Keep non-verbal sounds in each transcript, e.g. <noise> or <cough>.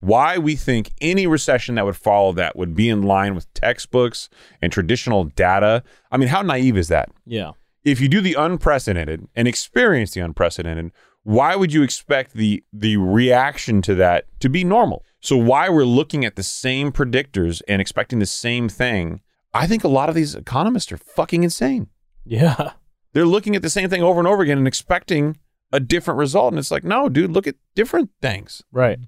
why we think any recession that would follow that would be in line with textbooks and traditional data. I mean, how naive is that? Yeah. If you do the unprecedented and experience the unprecedented, why would you expect the the reaction to that to be normal? So why we're looking at the same predictors and expecting the same thing? I think a lot of these economists are fucking insane. Yeah. They're looking at the same thing over and over again and expecting a different result and it's like, "No, dude, look at different things." Right.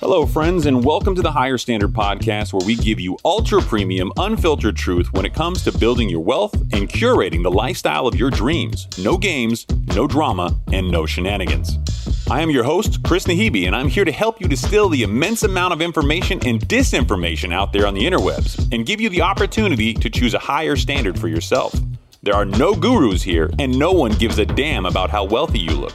Hello, friends, and welcome to the Higher Standard Podcast, where we give you ultra premium, unfiltered truth when it comes to building your wealth and curating the lifestyle of your dreams. No games, no drama, and no shenanigans. I am your host, Chris Nahibi, and I'm here to help you distill the immense amount of information and disinformation out there on the interwebs and give you the opportunity to choose a higher standard for yourself. There are no gurus here, and no one gives a damn about how wealthy you look.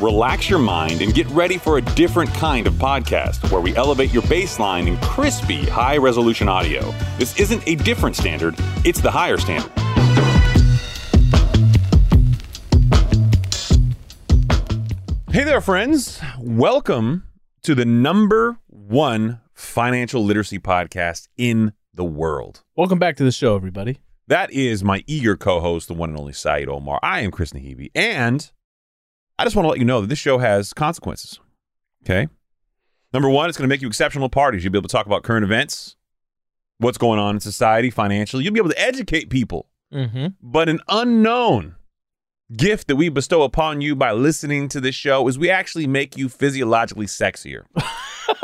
Relax your mind and get ready for a different kind of podcast where we elevate your baseline in crispy, high resolution audio. This isn't a different standard, it's the higher standard. Hey there, friends. Welcome to the number one financial literacy podcast in the world. Welcome back to the show, everybody. That is my eager co host, the one and only Saeed Omar. I am Chris Nahibi, and I just want to let you know that this show has consequences. Okay. Number one, it's going to make you exceptional parties. You'll be able to talk about current events, what's going on in society, financially. You'll be able to educate people. Mm-hmm. But an unknown gift that we bestow upon you by listening to this show is we actually make you physiologically sexier.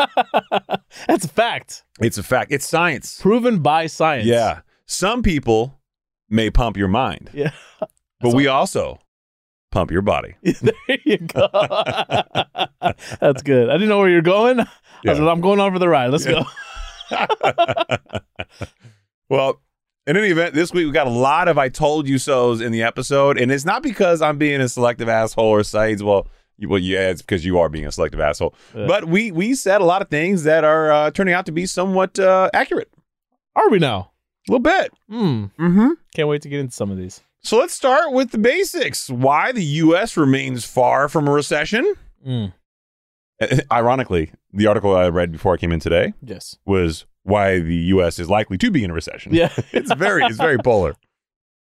<laughs> That's a fact. It's a fact, it's science. Proven by science. Yeah. Some people may pump your mind, Yeah. <laughs> but we also pump your body. <laughs> there you go. <laughs> That's good. I didn't know where you're going. I Yeah. was like, I'm going on for the ride. Let's go. Well, in any event, this week we got a lot of I told you so's in the episode, and it's not because I'm being a selective asshole or Saeed's. Well, you, well, yeah, it's because you are being a selective asshole. Yeah. But we we said a lot of things that are uh, turning out to be somewhat uh, accurate, Are we now? a little bit. Hmm. Mm-hmm. Can't wait to get into some of these. So let's start with the basics. Why the U.S. remains far from a recession? <laughs> Mm. Ironically, the article I read before I came in today Yes. was why the U.S. is likely to be in a recession. <laughs> Yeah. <laughs> it's very it's very polar.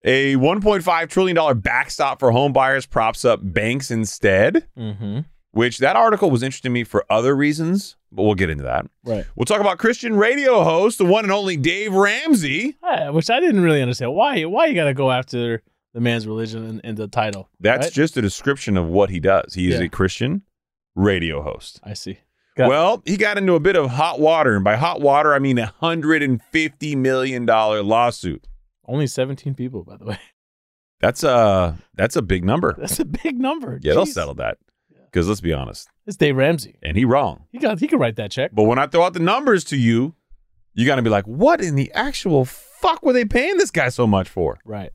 A 1.5 trillion dollar backstop for home buyers props up banks instead, <laughs> mm-hmm. which that article was interesting to me for other reasons, but we'll get into that. Right. We'll talk about Christian radio host, the one and only Dave Ramsey. I, which I didn't really understand. Why? Why you gotta go after the man's religion and, and the title? That's Right. just a description of what he does. He is Yeah. a Christian radio host. I see. Got it. well, he got into a bit of hot water, and by hot water, I mean a $150 million lawsuit. Only 17 people, by the way. <laughs> That's a, that's a big number. That's a big number. Yeah, they'll Jeez. settle that. Because let's be honest, It's Dave Ramsey. and he wrong. He got. He could write that check. But when I throw out the numbers to you, you got to be like, what in the actual fuck were they paying this guy so much for? Right.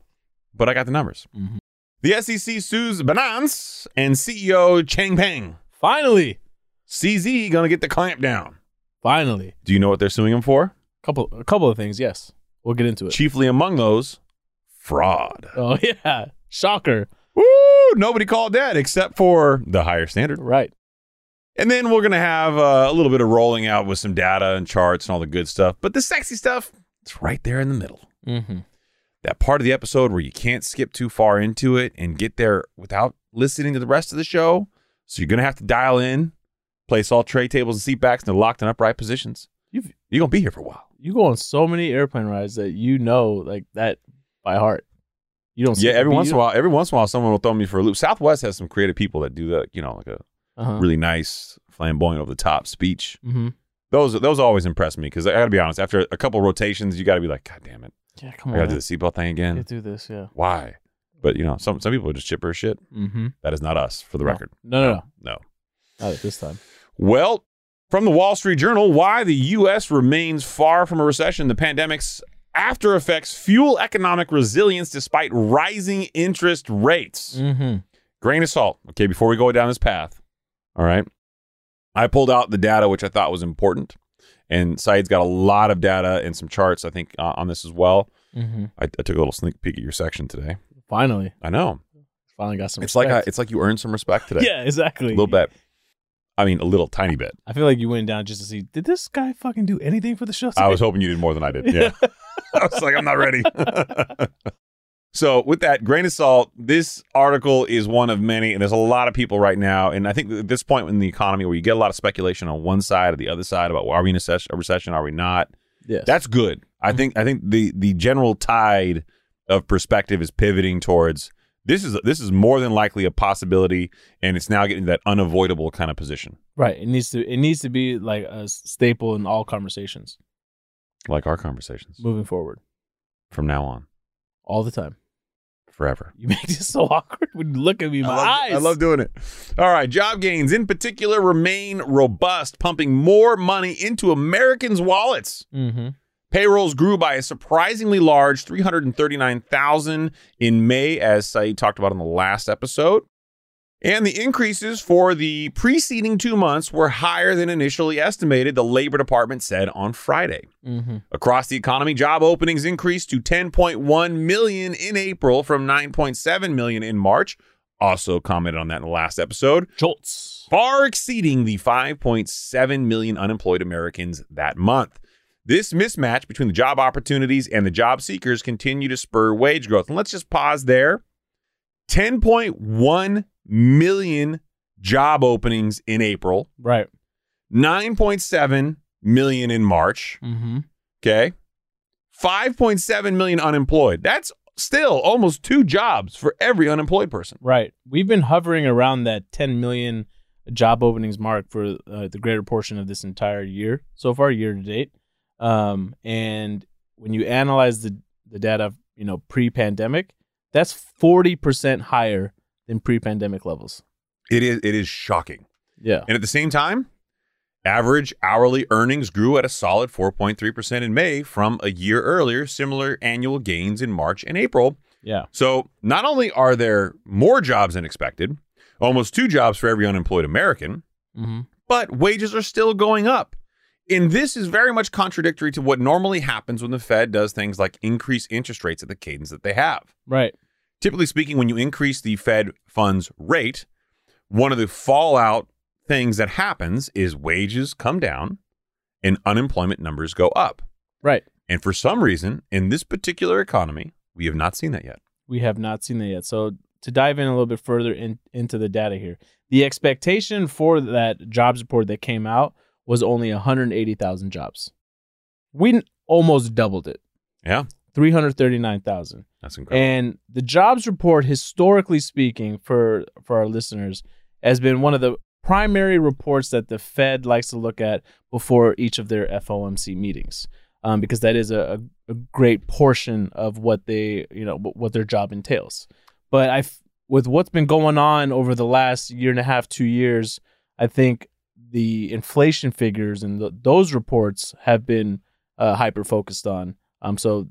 But I got the numbers. Mhm. The SEC sues Binance and E CEO Chang Peng. Finally. CZ gonna get the clamp down. Finally. Do you know what they're suing him for? Couple. A couple of things. Yes. We'll get into it. Chiefly among those, fraud. Oh <laughs> yeah. Shocker. Woo! Nobody called that except for the higher standard. Right. And then we're gonna have uh, a little bit of rolling out with some data and charts and all the good stuff. But the sexy stuff, it's right there in the middle. Mm-hmm. that part of the episode where you can't skip too far into it and get there without listening to the rest of the show. So you're going to have to dial in, place all tray tables and seat backs in the locked and upright positions. you You've- you're going to be here for a while. You go on so many airplane rides that you know like that by heart. You don't. Yeah, every once in a while. while, every once in a while, someone will throw me for a loop. Southwest has some creative people that do the, you know, like a Uh-huh. really nice, flamboyant, over the top speech. Mm-hmm. Those those always impress me because I got to be honest. After a couple rotations, you got to be like, God damn it, Yeah. I Come got to on. do the seatbelt thing again. Get through this. Yeah. Why? But you know, some some people are just chipper as shit. Mm-hmm. That is not us, for the record. No. No. No. No. Not at this time. Well, From the Wall Street Journal, why the U.S. remains far from a recession. The pandemic's after effects fuel economic resilience despite rising interest rates. Mm-hmm. Grain of salt. Okay, before we go down this path, all right, I pulled out the data which I thought was important. And Saeed's got a lot of data and some charts, I think, uh, on this as well. Mm-hmm. I, I took a little sneak peek at your section today. Finally, I know. finally got some. It's like I, respect. it's like you earned some respect today. yeah, exactly. A little bit. I mean, a little tiny <laughs> bit. I feel like you went down just to see. Did this guy fucking do anything for the show? I was hoping you did more than I did. Yeah. <laughs> I was like, I'm not ready. <laughs> so, with that grain of salt, this article is one of many, and there's a lot of people right now. And I think at this point in the economy, where you get a lot of speculation on one side or the other side about well, are we in a, ses- a recession, are we not? <laughs> Yes. Mm-hmm. That's good. I think I think the the general tide of perspective is pivoting towards this is this is more than likely a possibility, and it's now getting that unavoidable kind of position, right. It needs to. It needs to be like a s- staple in all conversations like our conversations moving forward, from now on, all the time. forever. You <laughs> make this so awkward when you look at me. in My I love, eyes. Oh, I love doing it. All right, job gains in particular remain robust, pumping more money into Americans' wallets. Mm-hmm. Payrolls grew by a surprisingly large 339,000 in May, as Saeed talked about in the last episode. And the increases for the preceding two months were higher than initially estimated, the Labor Department said on Friday. Mm-hmm. Across the economy, job openings increased to 10.1 million in April from 9.7 million in March. Also commented on that in the last episode, Jolts. far exceeding the 5.7 million unemployed Americans that month. This mismatch between the job opportunities and the job seekers continue to spur wage growth. And let's just pause there. 10.1 million job openings in April, Right. 9.7 million in March. Mm-hmm. Okay. 5.7 million unemployed. That's still almost two jobs for every unemployed person. Right. We've been hovering around that 10 million job openings mark for uh, the greater portion of this entire year so far, year to date. Um, and when you analyze the the data, you know, pre-pandemic, that's 40% higher than pre-pandemic levels. It is it is shocking. Yeah. And at the same time, average hourly earnings grew at a solid 4.3% in May from a year earlier, similar annual gains in March and April. Yeah. So, not only are there more jobs than expected, almost two jobs for every unemployed American, Mm-hmm. but wages are still going up. And this is very much contradictory to what normally happens when the Fed does things like increase interest rates at the cadence that they have. Right. Typically speaking, when you increase the Fed funds rate, one of the fallout things that happens is wages come down and unemployment numbers go up. Right. And for some reason, in this particular economy, we have not seen that yet. We have not seen that yet. So to dive in a little bit further in, into the data here, the expectation for that jobs report that came out was only 180,000 jobs. We n- almost doubled it, Yeah, 339,000. that's incredible. And the jobs report, historically speaking, for for our listeners, has been one of the primary reports that the Fed likes to look at before each of their FOMC meetings, um, because that is a, a, a great portion of what they you know wh- what their job entails. But I, f- with what's been going on over the last year and a half, two years, I think the inflation figures and th those reports have been uh, hyper focused on. Um, so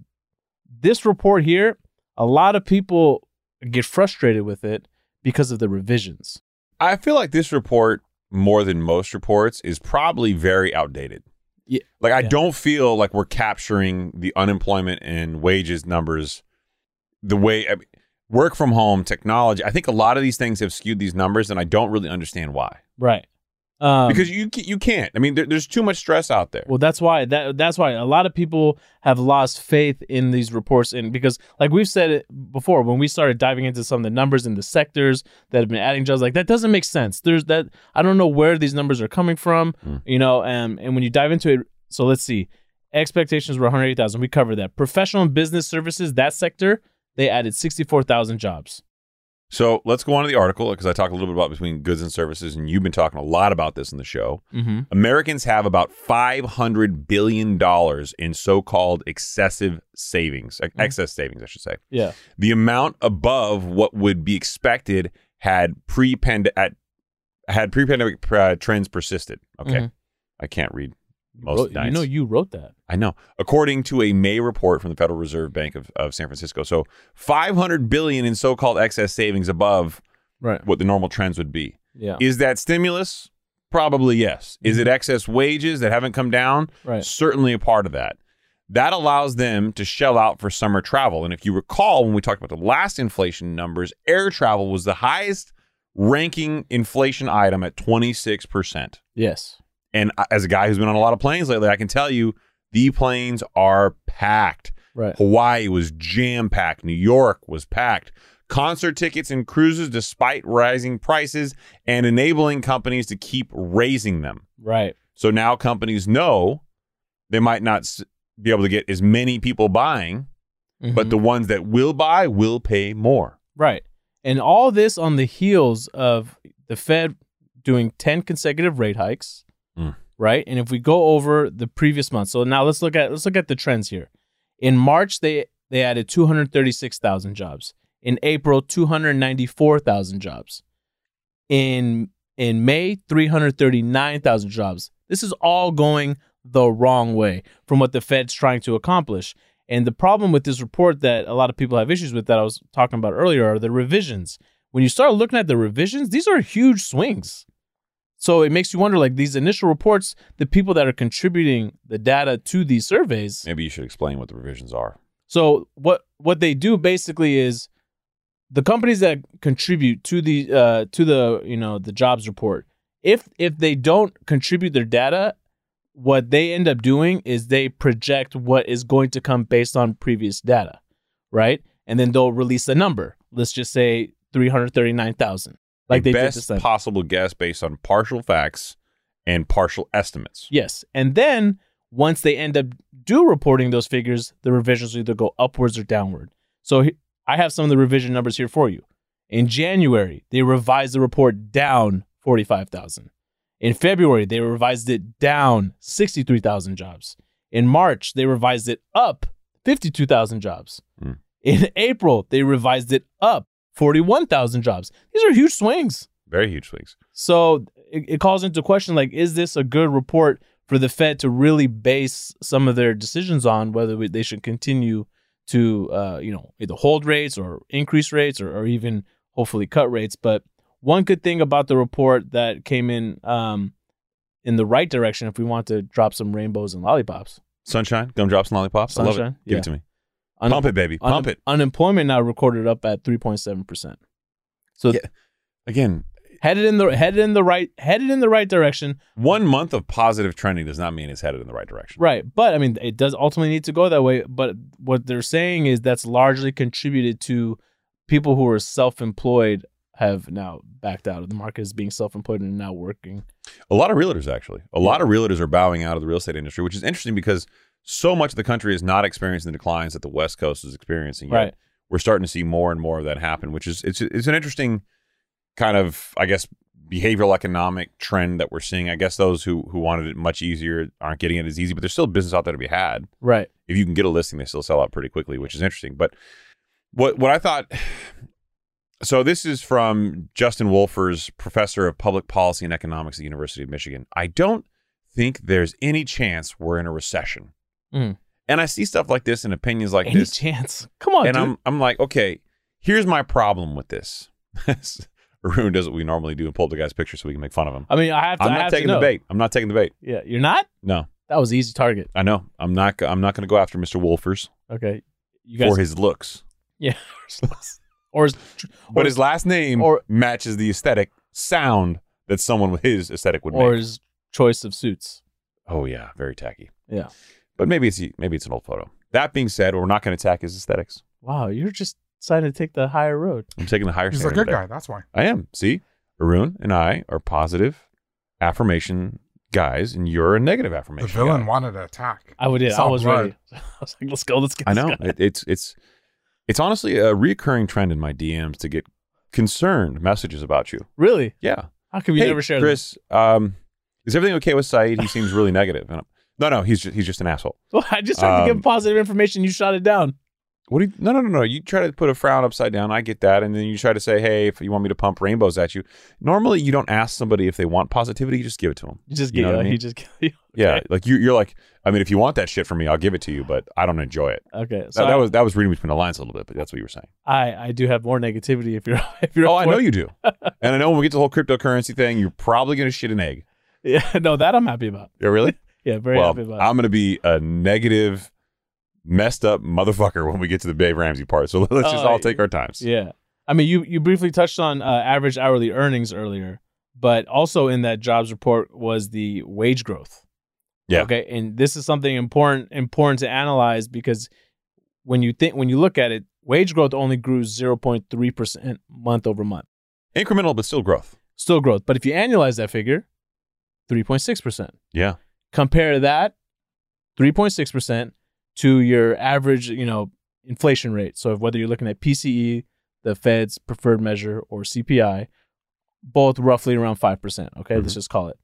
this report here a lot of people get frustrated with it because of the revisions. I feel like this report, more than most reports, is probably very outdated. Yeah. Like I Yeah. don't feel like we're capturing the unemployment and wages numbers the way I mean, work from home technology. I think a lot of these things have skewed these numbers, and I don't really understand why. Right. Um, because you ca- you can't. I mean, there, there's too much stress out there. well, that's why that that's why a lot of people have lost faith in these reports, and because like we've said it before, when we started diving into some of the numbers in the sectors that have been adding jobs, like that doesn't make sense. There's that I don't know where these numbers are coming from, Mm. you know, um, and when you dive into it, so let's see, expectations were 180,000. We covered that. Professional and business services, that sector, they added 64,000 jobs. so let's go on to the article because I talk a little bit about between goods and services, and you've been talking a lot about this in the show. Mm-hmm. Americans have about $500 billion in so called excessive savings, ex- Mhm. excess savings, I should say. Yeah. The amount above what would be expected had pre-pand- at, had pre-pandemic uh, trends persisted. Okay. Mhm. I can't read You most wrote- nights. You know, you wrote that. I know. According to a May report from the Federal Reserve Bank of, of San Francisco, so 500 billion in so-called excess savings above Right. what the normal trends would be. Yeah. Is that stimulus? Probably yes. Is it excess wages that haven't come down? right. Certainly a part of that. That allows them to shell out for summer travel. And if you recall, when we talked about the last inflation numbers, air travel was the highest ranking inflation item at 26%. Yes. And I- as a guy who's been on a lot of planes lately, I can tell you the planes are packed. Right. Hawaii was jam packed. New York was packed. Concert tickets and cruises, despite rising prices and enabling companies to keep raising them. Right. So now companies know they might not s- be able to get as many people buying, but Mhm. the ones that will buy will pay more. Right. And all this on the heels of the Fed doing 10 consecutive rate hikes. Mm. Right? And if we go over the previous month. So now let's look at let's look at the trends here. In March they they added 236,000 jobs. In April 294,000 jobs. In in May 339,000 jobs. This is all going the wrong way from what the Fed's trying to accomplish. And the problem with this report that a lot of people have issues with that I was talking about earlier are the revisions. When you start looking at the revisions, these are huge swings. So it makes you wonder like these initial reports, the people that are contributing the data to these surveys. Maybe you should explain what the revisions are. So what what they do basically is the companies that contribute to the uh, to the you know the jobs report, if if they don't contribute their data, what they end up doing is they project what is going to come based on previous data, right? And then they'll release a number. Let's just say three hundred thirty nine thousand, like the they did best this time. possible guess based on partial facts and partial estimates. Yes. And then once they end up do reporting those figures, the revisions will either go upwards or downward. So he- I have some of the revision numbers here for you. In January, they revised the report down 45,000. In February, they revised it down 63,000 jobs. In March, they revised it up 52,000 jobs. Hmm. In April, they revised it up 41,000 jobs. These are huge swings. Very huge swings. So it, it calls into question like, is this a good report for the Fed to really base some of their decisions on whether we, they should continue to, uh, you know, either hold rates or increase rates or, or even hopefully cut rates? But one good thing about the report that came in um, in the right direction, if we want to drop some rainbows and lollipops, Sunshine, gumdrops, and lollipops. I love Sunshine, it. Give yeah. it to me. Un- Pump it, baby. un- Pump it. Unemployment now recorded up at 3.7%. So Yeah. Again, headed in the headed in the right headed in the right direction. one month of positive trending does not mean it's headed in the right direction. Right. But I mean, it does ultimately need to go that way. But what they're saying is that's largely contributed to people who are self employed have now backed out of the market as being self employed and now working. A lot of realtors, actually. A lot of realtors are bowing out of the real estate industry, which is interesting because so much of the country is not experiencing the declines that the West Coast is experiencing. yet. Right. We're starting to see more and more of that happen, which is it's it's an interesting kind of, I guess, behavioral economic trend that we're seeing. I guess those who who wanted it much easier aren't getting it as easy, but there's still business out there to be had. Right. if you can get a listing, they still sell out pretty quickly, which is interesting. But what what I thought <sighs> so this is from Justin Wolfers, professor of public policy and economics at the University of Michigan. I don't think there's any chance we're in a recession. Mm. And I see stuff like this and opinions like Any this. chance? <laughs> Come on, and dude. I'm I'm like, okay, here's my problem with this. <laughs> Arun does what we normally do and pull the guy's picture so we can make fun of him. i mean, I have to. I'm I not have taking to the know. bait. I'm not taking the bait. Yeah, you're not. No, That was easy target. I know. I'm not. go- I'm not going to go after Mr. Wolfers Okay, you guys. for his looks. <laughs> or is- but or- his last name or- matches the aesthetic sound that someone with his aesthetic would or make. his choice of suits. Oh yeah, very tacky. Yeah. But maybe it's maybe it's an old photo. That being said, we're not going to attack his aesthetics. Wow, you're just deciding to take the higher road. I'm taking the higher. He's a standard good today. guy. That's why. I am. See, Arun and I are positive affirmation guys, and you're a negative The affirmation. villain guy. wanted to attack. I would. I Solid was road. ready. <laughs> I was like, let's go. Let's get. I this know guy. it, it's it's it's honestly a recurring trend in my DMs to get concerned messages about you. Really? Yeah. How come you hey, never share this? Chris, um, is everything okay with Saeed? He seems really negative. And I'm- no, no, he's just, he's just an asshole. <laughs> Well, I just tried to Um, give positive information. You shot it down. What do you? No, no, no, no. You try to put a frown upside down. I get that, and then you try to say, "Hey, if you want me to pump rainbows at you." Normally, you don't ask somebody if they want positivity. You just give it to them. You just You get know what I you mean? just get you. <laughs> Yeah, Okay. like you, you're like, I mean, if you want that shit from me, I'll give it to you, but I don't enjoy it. Okay. That, So that I, was that was reading between the lines a little bit, but that's what you were saying. I I do have more negativity if you're <laughs> if you're Oh, I for- know you <laughs> do, and I know when we get to the whole cryptocurrency thing, you're probably gonna shit an egg. Yeah, no, that I'm happy about. Yeah, really? Yeah, very well, happy about. I'm gonna be a negative, messed up motherfucker when we get to the Dave Ramsey part. So <laughs> let's just Oh, all take our times. Yeah. I mean, you, you briefly touched on uh, average hourly earnings earlier, but also in that jobs report was the wage growth. Yeah. Okay. And this is something important important to analyze because when you think when you look at it, wage growth only grew 0.3% month over month. Incremental, but still growth. Still growth. But if you annualize that figure, 3.6%. Yeah. Compare that 3.6% to your average, you know, inflation rate. So if- whether you're looking at PCE, the Fed's preferred measure or CPI, both roughly around 5%, okay? Let's Mm-hmm. just call it.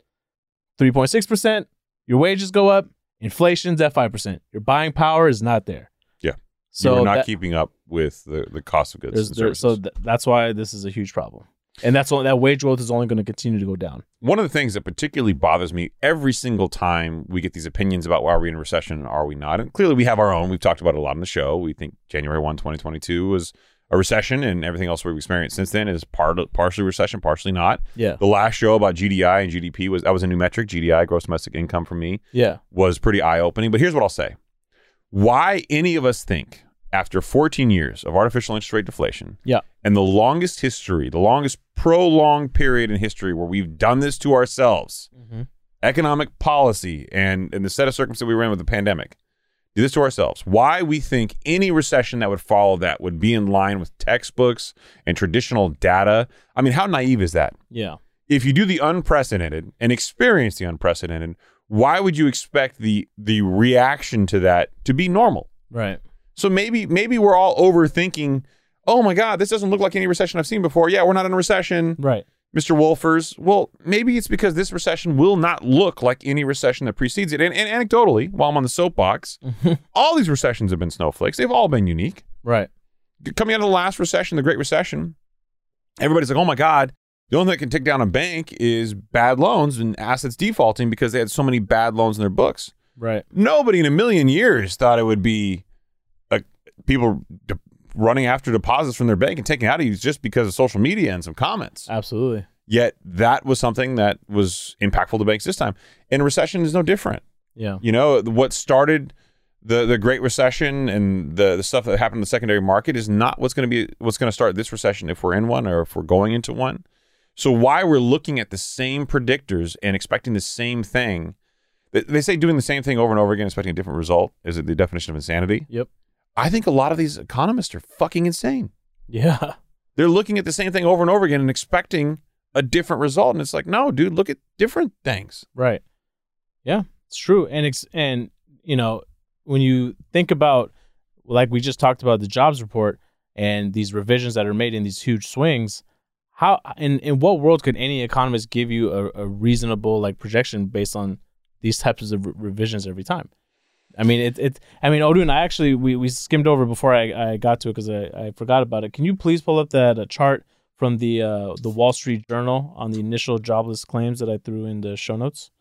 3.6%, your wages go up, inflation's at 5%. Your buying power is not there. Yeah. So you are not that- keeping up with the, the cost of goods there's- and there- services. so th- that's why this is a huge problem. And that's only, that wage growth is only going to continue to go down. One of the things that particularly bothers me every single time we get these opinions about well, are we in recession and are we not? And clearly we have our own. We've talked about it a lot on the show. We think January 1, 2022 was a recession and everything else we've experienced since then is part partially recession, partially not. Yeah. The last show about GDI and GDP was that was a new metric, GDI, gross domestic income for me. Yeah. was pretty eye opening. But here's what I'll say why any of us think after 14 years of artificial interest rate deflation Yeah. and the longest history, the longest prolonged period in history where we've done this to ourselves, economic policy and, and the set of circumstances we were in with the pandemic, do this to ourselves. Why we think any recession that would follow that would be in line with textbooks and traditional data. I mean, how naive is that? Yeah. if you do the unprecedented and experience the unprecedented, why would you expect the the reaction to that to be normal? Right. So maybe maybe we're all overthinking. Oh my God, this doesn't look like any recession I've seen before. Yeah, we're not in a recession, Right. Mr. Wolfers. Well, maybe it's because this recession will not look like any recession that precedes it. And, and anecdotally, while I'm on the soapbox, all these recessions have been snowflakes. They've all been unique Right. coming out of the last recession, the Great Recession, everybody's like, oh my God, the only thing that can take down a bank is bad loans and assets defaulting because they had so many bad loans in their books. Right. Nobody in a million years thought it would be uh, people de- running after deposits from their bank and taking out of you just because of social media and some comments. Uh Absolutely. Yet that was something that was impactful to banks this time. And a recession is no different. Yeah. You know, what started the the Great Recession and the, the stuff that happened in the secondary market is not what's going to be what's going to start this recession if we're in one or if we're going into one. So why we're looking at the same predictors and expecting the same thing? They- They say doing the same thing over and over again, expecting a different result, is the definition of insanity. Yep. I think a lot of these economists are fucking insane. Yeah. <laughs> They're looking at the same thing over and over again and expecting a different result, and it's like, no, dude, look at different things. Right. Yeah. It's true. And it's and you know, when you think about like we just talked about the jobs report and these revisions that are made in these huge swings, how in, in what world could any economist give you a, a reasonable like projection based on these types of re- revisions every time? I mean, it, it. I mean, Odin. I actually we, we skimmed over before I, I got to it because I, I forgot about it. Can you please pull up that uh, chart from the uh, the Wall Street Journal on the initial jobless claims that I threw in the show notes?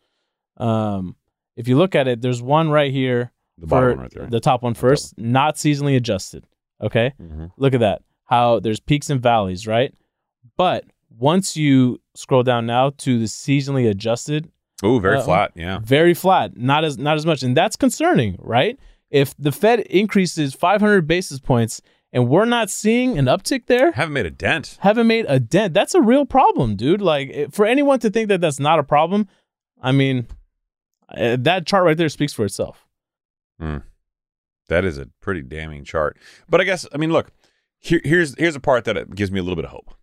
Um, if you look at it, there's one right here. The bottom for- one right there. The top one first, not seasonally adjusted. Okay Mhm. look at that how there's peaks and valleys right but once you scroll down now to the seasonally adjusted Ooh, very Uh, flat. Yeah. very flat not as not as much and that's concerning right if the fed increases 500 basis points and we're not seeing an uptick there Haven't made a dent. haven't made a dent that's a real problem dude like it- for anyone to think that that's not a problem i mean uh, that chart right there speaks for itself That is a pretty damning chart. But I guess I mean, look, here, here's here's a part that it gives me a little bit of hope.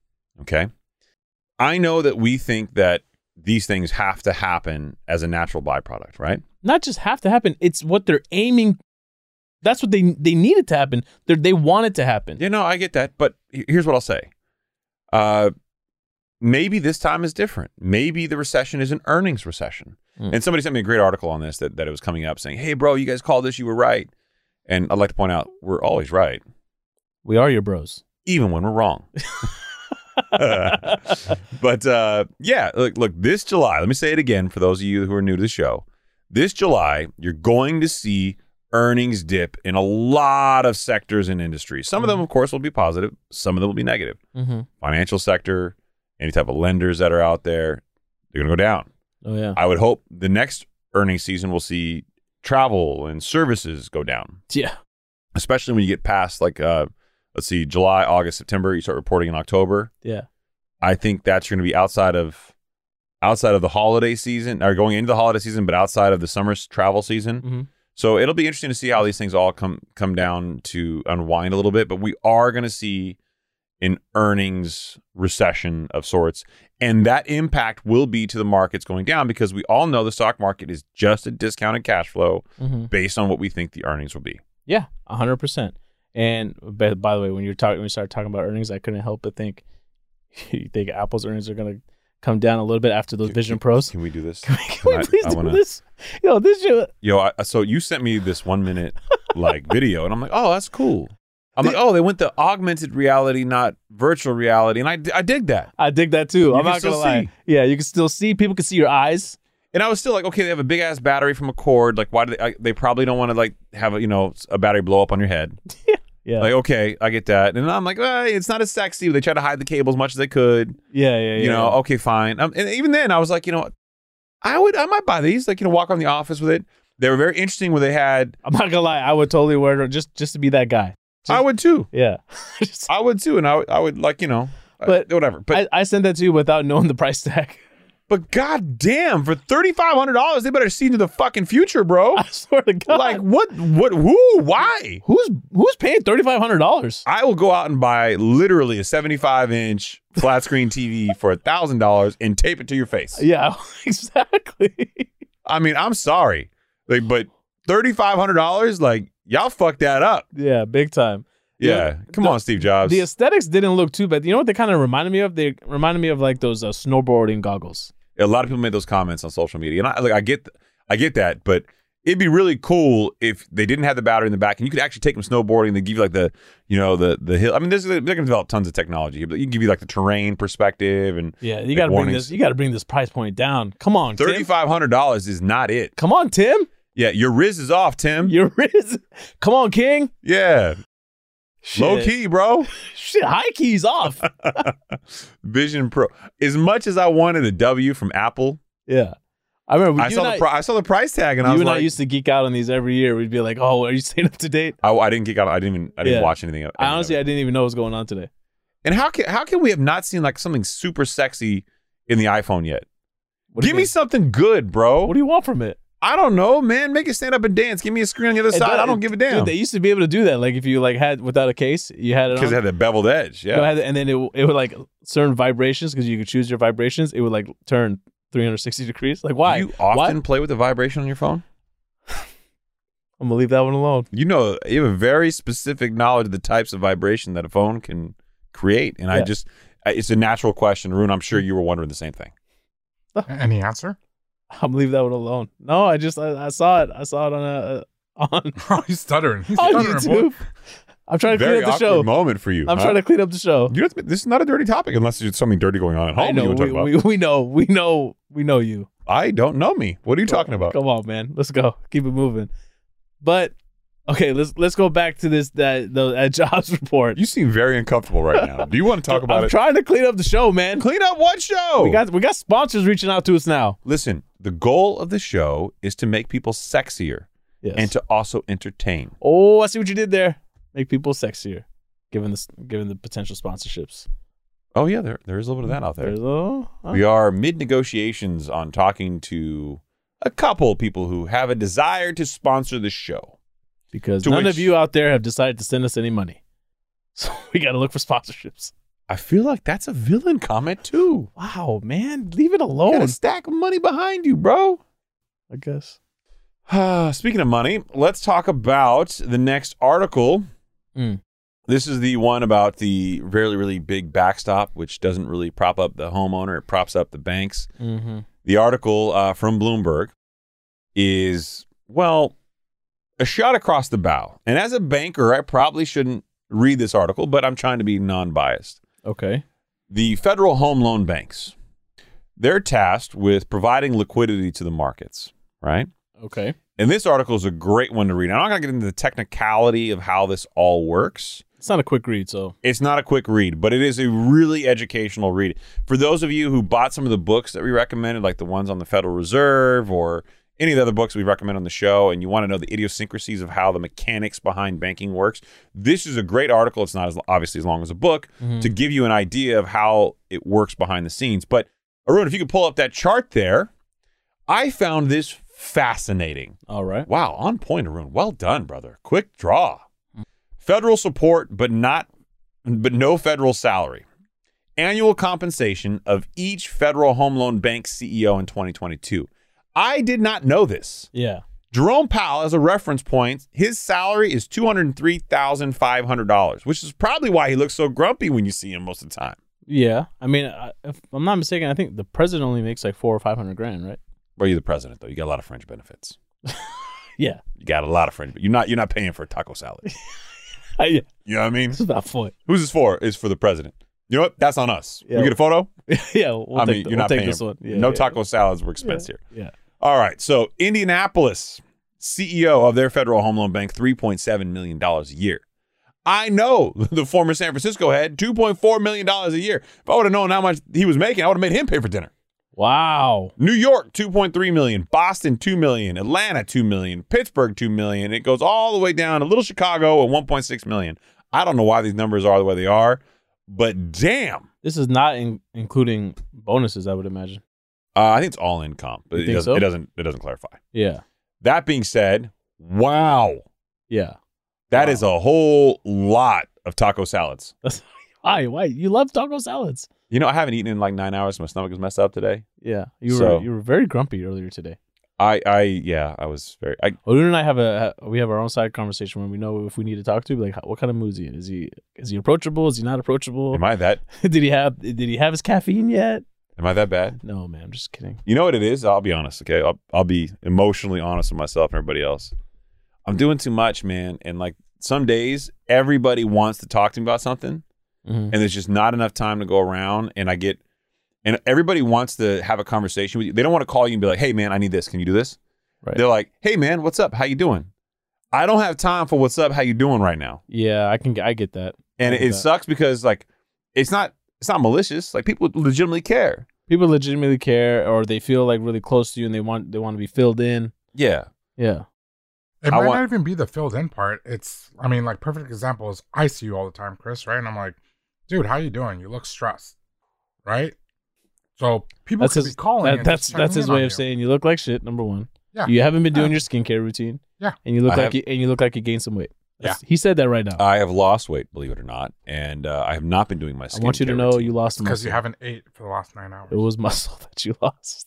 Okay, I know that we think that these things have to happen as a natural byproduct, right? not just have to happen it's what they're aiming that's what they they need it to happen they they want it to happen You know, I get that, but he- here's what I'll say. Uh, maybe this time is different. Maybe the recession is an earnings recession. Mm. And somebody sent me a great article on this that that it was coming up saying, "Hey, bro, you guys called this. You were right." And I'd like to point out we're always right, We are your bros. even when we're wrong. <laughs> but uh, yeah, look, look, this July, let me say it again for those of you who are new to the show. This July, you're going to see earnings dip in a lot of sectors and industries. Some of them, of course, will be positive, some of them will be negative. Mhm. Financial sector, any type of lenders that are out there, they're going to go down. Oh yeah. I would hope the next earnings season will see travel and services go down, Yeah. especially when you get past like uh, let's see, July, August, September. You start reporting in October. Yeah. I think that's going to be outside of outside of the holiday season or going into the holiday season, but outside of the summer s- travel season. Mhm. So it'll be interesting to see how these things all come come down to unwind a little bit. But we are going to see an earnings recession of sorts, and that impact will be to the markets going down because we all know the stock market is just a discounted cash flow Mhm. based on what we think the earnings will be. Yeah, a hundred percent. And by, by the way, when you're talking, when we started talking about earnings, I couldn't help but think, <laughs> you think Apple's earnings are going to come down a little bit after those Can- Vision can- Pros? Can we do this? Can <laughs> we, can <laughs> we I- please I do wanna- this? Yo, this shit. Yo, I, so you sent me this one minute like video, and I'm like, oh, that's cool. I'm like, oh, they went to augmented reality, not virtual reality, and I, d- I dig that. I dig that too. You I'm can not still gonna lie. see. Yeah, you can still see. People can see your eyes. And I was still like, okay, they have a big ass battery from a cord. Like, why do they? I, they probably don't want to like have a, you know a battery blow up on your head. Yeah, Like, okay, I get that. And I'm like, well, it's not as sexy. They try to hide the cable as much as they could. yeah, yeah, yeah. you know, okay, fine. Um, and even then, I was like, you know, I would, I might buy these. Like, you know, walk on the office with it. They were very interesting where they had. I'm not gonna lie. I would totally wear it just just to be that guy. Just- I would too. Yeah. <laughs> Just- I would too, and I, would- I would like you know, uh, But whatever. But I, I sent that to you without knowing the price tag. <laughs> but goddamn, for thirty five hundred dollars, they better see into the fucking future, bro. <laughs> I swear to God. like what? What? Who? Why? who's who's paying thirty five hundred dollars? I will go out and buy literally a seventy five inch flat screen TV for a thousand dollars and tape it to your face. Yeah, <laughs> exactly. I mean, I'm sorry, like, but thirty five hundred dollars, like y'all fucked that up. yeah, big time. Yeah, Yeah. come on, Steve Jobs. The aesthetics didn't look too bad. You know what they kind of reminded me of? They reminded me of like those uh, snowboarding goggles. a lot of people made those comments on social media, and I like I get I get that, but it'd be really cool if they didn't have the battery in the back, and you could actually take them snowboarding. and They give you like the you know the the hill. I mean, there's, they're gonna develop tons of technology, here, but you can give you like the terrain perspective, and Yeah, you Like got to bring warnings. this. You got to bring this price point down. Come on, thirty Tim. five hundred dollars is not it. Come on, Tim. Yeah, your Riz is off, Tim. You're <laughs> riz. Come on, King. yeah, Shit. low key, bro. Shit, high keys off. Vision Pro. As much as I wanted a W from Apple, <laughs> yeah, I remember I you saw and the I, pri- I saw the price tag, and I you was and I like, used to geek out on these every year. We'd be like, "Oh, are you <laughs> staying up to date?" I, I didn't get out. I didn't even. I didn't Yeah. watch anything. of- I any of honestly, it. I didn't even know what was going on today. And how can how can we have not seen like something super sexy in the iPhone yet? What do Give you me mean? something good, bro. What do you want from it? I don't know, man. Make it stand up and dance. Give me a screen on the other It side. does- I don't give a damn Dude, they used to be able to do that. Like if you like had without a case, you had it on. because it had that beveled edge. You know, Yeah, had- and then it it would like certain vibrations because you could choose your vibrations. It would like turn 360 degrees. Like why? Do you often play with the vibration on your phone? I'm gonna leave that one <laughs> alone. You know, you have a very specific knowledge of the types of vibration that a phone can create, and I Yeah. just. I- It's a natural question, Rune. I'm sure you were wondering the same thing. Any answer? <laughs> I'm gonna leave that one alone. No, I just I, I saw it. I saw it on a uh, <laughs> on Oh, he's stuttering. He's on stuttering, boy. YouTube. I'm trying to Very clean up the awkward show. moment for you. I'm trying to clean up the show. You don't have to- this is not a dirty topic unless there's something dirty going on at home. I you know wanna talk we, about. we, we know we know we know you. I don't know me. What are you talking about? Come on, man. Let's go. Keep it moving. But okay, let's let's go back to this that the that <laughs> jobs report. You seem very uncomfortable right now. Do you want to talk about <laughs> I'm it? Oh. trying to clean up the show, man. Clean up one show. We got we got sponsors reaching out to us now. Listen, the goal of the show is to make people sexier Yes. and to also entertain. oh, I see what you did there. Make people sexier, given the given the potential sponsorships. Oh yeah, there there is a little bit of that out there. There's a, We are mid negotiations on talking to a couple people who have a desire to sponsor the show. because to none which- of you out there have decided to send us any money, <laughs> so we got to look for sponsorships. I feel like that's a villain comment too. Wow, man, leave it You alone. got a stack of money behind you, bro. <sighs> I guess. Speaking of money, let's talk about the next article. Mm. This is the one about the really, really big backstop, which doesn't really prop up the homeowner. It props up the banks. Mm-hmm. The article uh, from Bloomberg is, well, a shot across the bow. And as a banker, I probably shouldn't read this article, but I'm trying to be non biased. Okay. The federal home loan banks, they're tasked with providing liquidity to the markets, right? Okay. And this article is a great one to read. I'm not going to get into the technicality of how this all works. It's not a quick read, so It's not a quick read, but it is a really educational read. For those of you who bought some of the books that we recommended, like the ones on the Federal Reserve or any of the other books we recommend on the show, and you want to know the idiosyncrasies of how the mechanics behind banking works, this is a great article. It's not as obviously as long as a book to give you an idea of how it works behind the scenes. But Arun, if you could pull up that chart there, I found this fascinating. all right. Wow, on point, Arun. Well done, brother. Quick draw. Federal support, but not, but no federal salary. Annual compensation of each federal home loan bank CEO in 2022. I did not know this. Yeah. Jerome Powell, as a reference point, his salary is two hundred three thousand five hundred dollars, which is probably why he looks so grumpy when you see him most of the time. Yeah. I mean, I, if I'm not mistaken, I think the president only makes like four or five hundred grand, right? <laughs> Bro, you're the president though. You got a lot of fringe benefits. Yeah. You got a lot of fringe. You're not you're not paying for a taco salad. yeah. You know what I mean? It's about foot. <laughs> Who's this for? It's for the president. You know what? That's on us. Yeah. We get a photo. yeah. We'll I take, mean, you're the- we'll not take paying. this one. Yeah, no yeah, taco salads were expense here. Yeah. All right. So Indianapolis CEO of their Federal Home Loan Bank, three point seven million dollars a year. I know <laughs> the former San Francisco head, two point four million dollars a year. If I would have known how much he was making, I would have made him pay for dinner. Wow. New York, two point three million. Boston, two million. Atlanta, two million. Pittsburgh, two million. It goes all the way down to Little Chicago at one point six million. I don't know why these numbers are the way they are, but damn. This is not in, including bonuses, I would imagine. Uh, I think it's all in comp, but You it think doesn't, so? it doesn't it doesn't clarify. Yeah. That being said, wow, Yeah. that is a whole lot of taco salads. That's why. Why you love taco salads? You know, I haven't eaten in like nine hours. My stomach is messed up today. Yeah. You were So- you were very grumpy earlier today. I I yeah, I was very. I, Odin and I have a ha- we have our own side conversation when we know if we need to talk to, like how- what kind of mood is he in? Is he is he approachable? Is he not approachable? am I that <laughs> did he have did he have his caffeine yet? am I that bad? No, man, I'm just kidding. You know what it is? I'll be honest. Okay, I'll I'll be emotionally honest with myself and everybody else. I'm doing too much, man. And like some days, everybody wants to talk to me about something, Mhm. and there's just not enough time to go around and i get and everybody wants to have a conversation with you they don't want to call you and be like hey man i need this can you do this Right. they're like hey man what's up how you doing i don't have time for what's up how you doing right now Yeah, I can g- I get that. and I it, get it that. sucks because like it's not it's not malicious like people legitimately care People legitimately care or they feel like really close to you and they want they want to be filled in. yeah Yeah. It I might want- not even be the filled in part. It's, I mean, like perfect example is I see you all the time, Chris, right? And I'm like, dude, how you doing? You look stressed, right? So people That's could his be calling. that, and that's Oh, just checking that's his in on way of you. saying you look like shit, number one. Yeah. You haven't been doing Yeah. your skincare routine. Yeah. And you look I like have- Uh, you and you look like you gained some weight. That's- He said that right now. i have lost weight believe it or not and uh, i have not been doing my I want you to skincare know routine. you lost because muscle. you haven't ate for the last nine hours. it <laughs> was muscle <laughs> that you lost.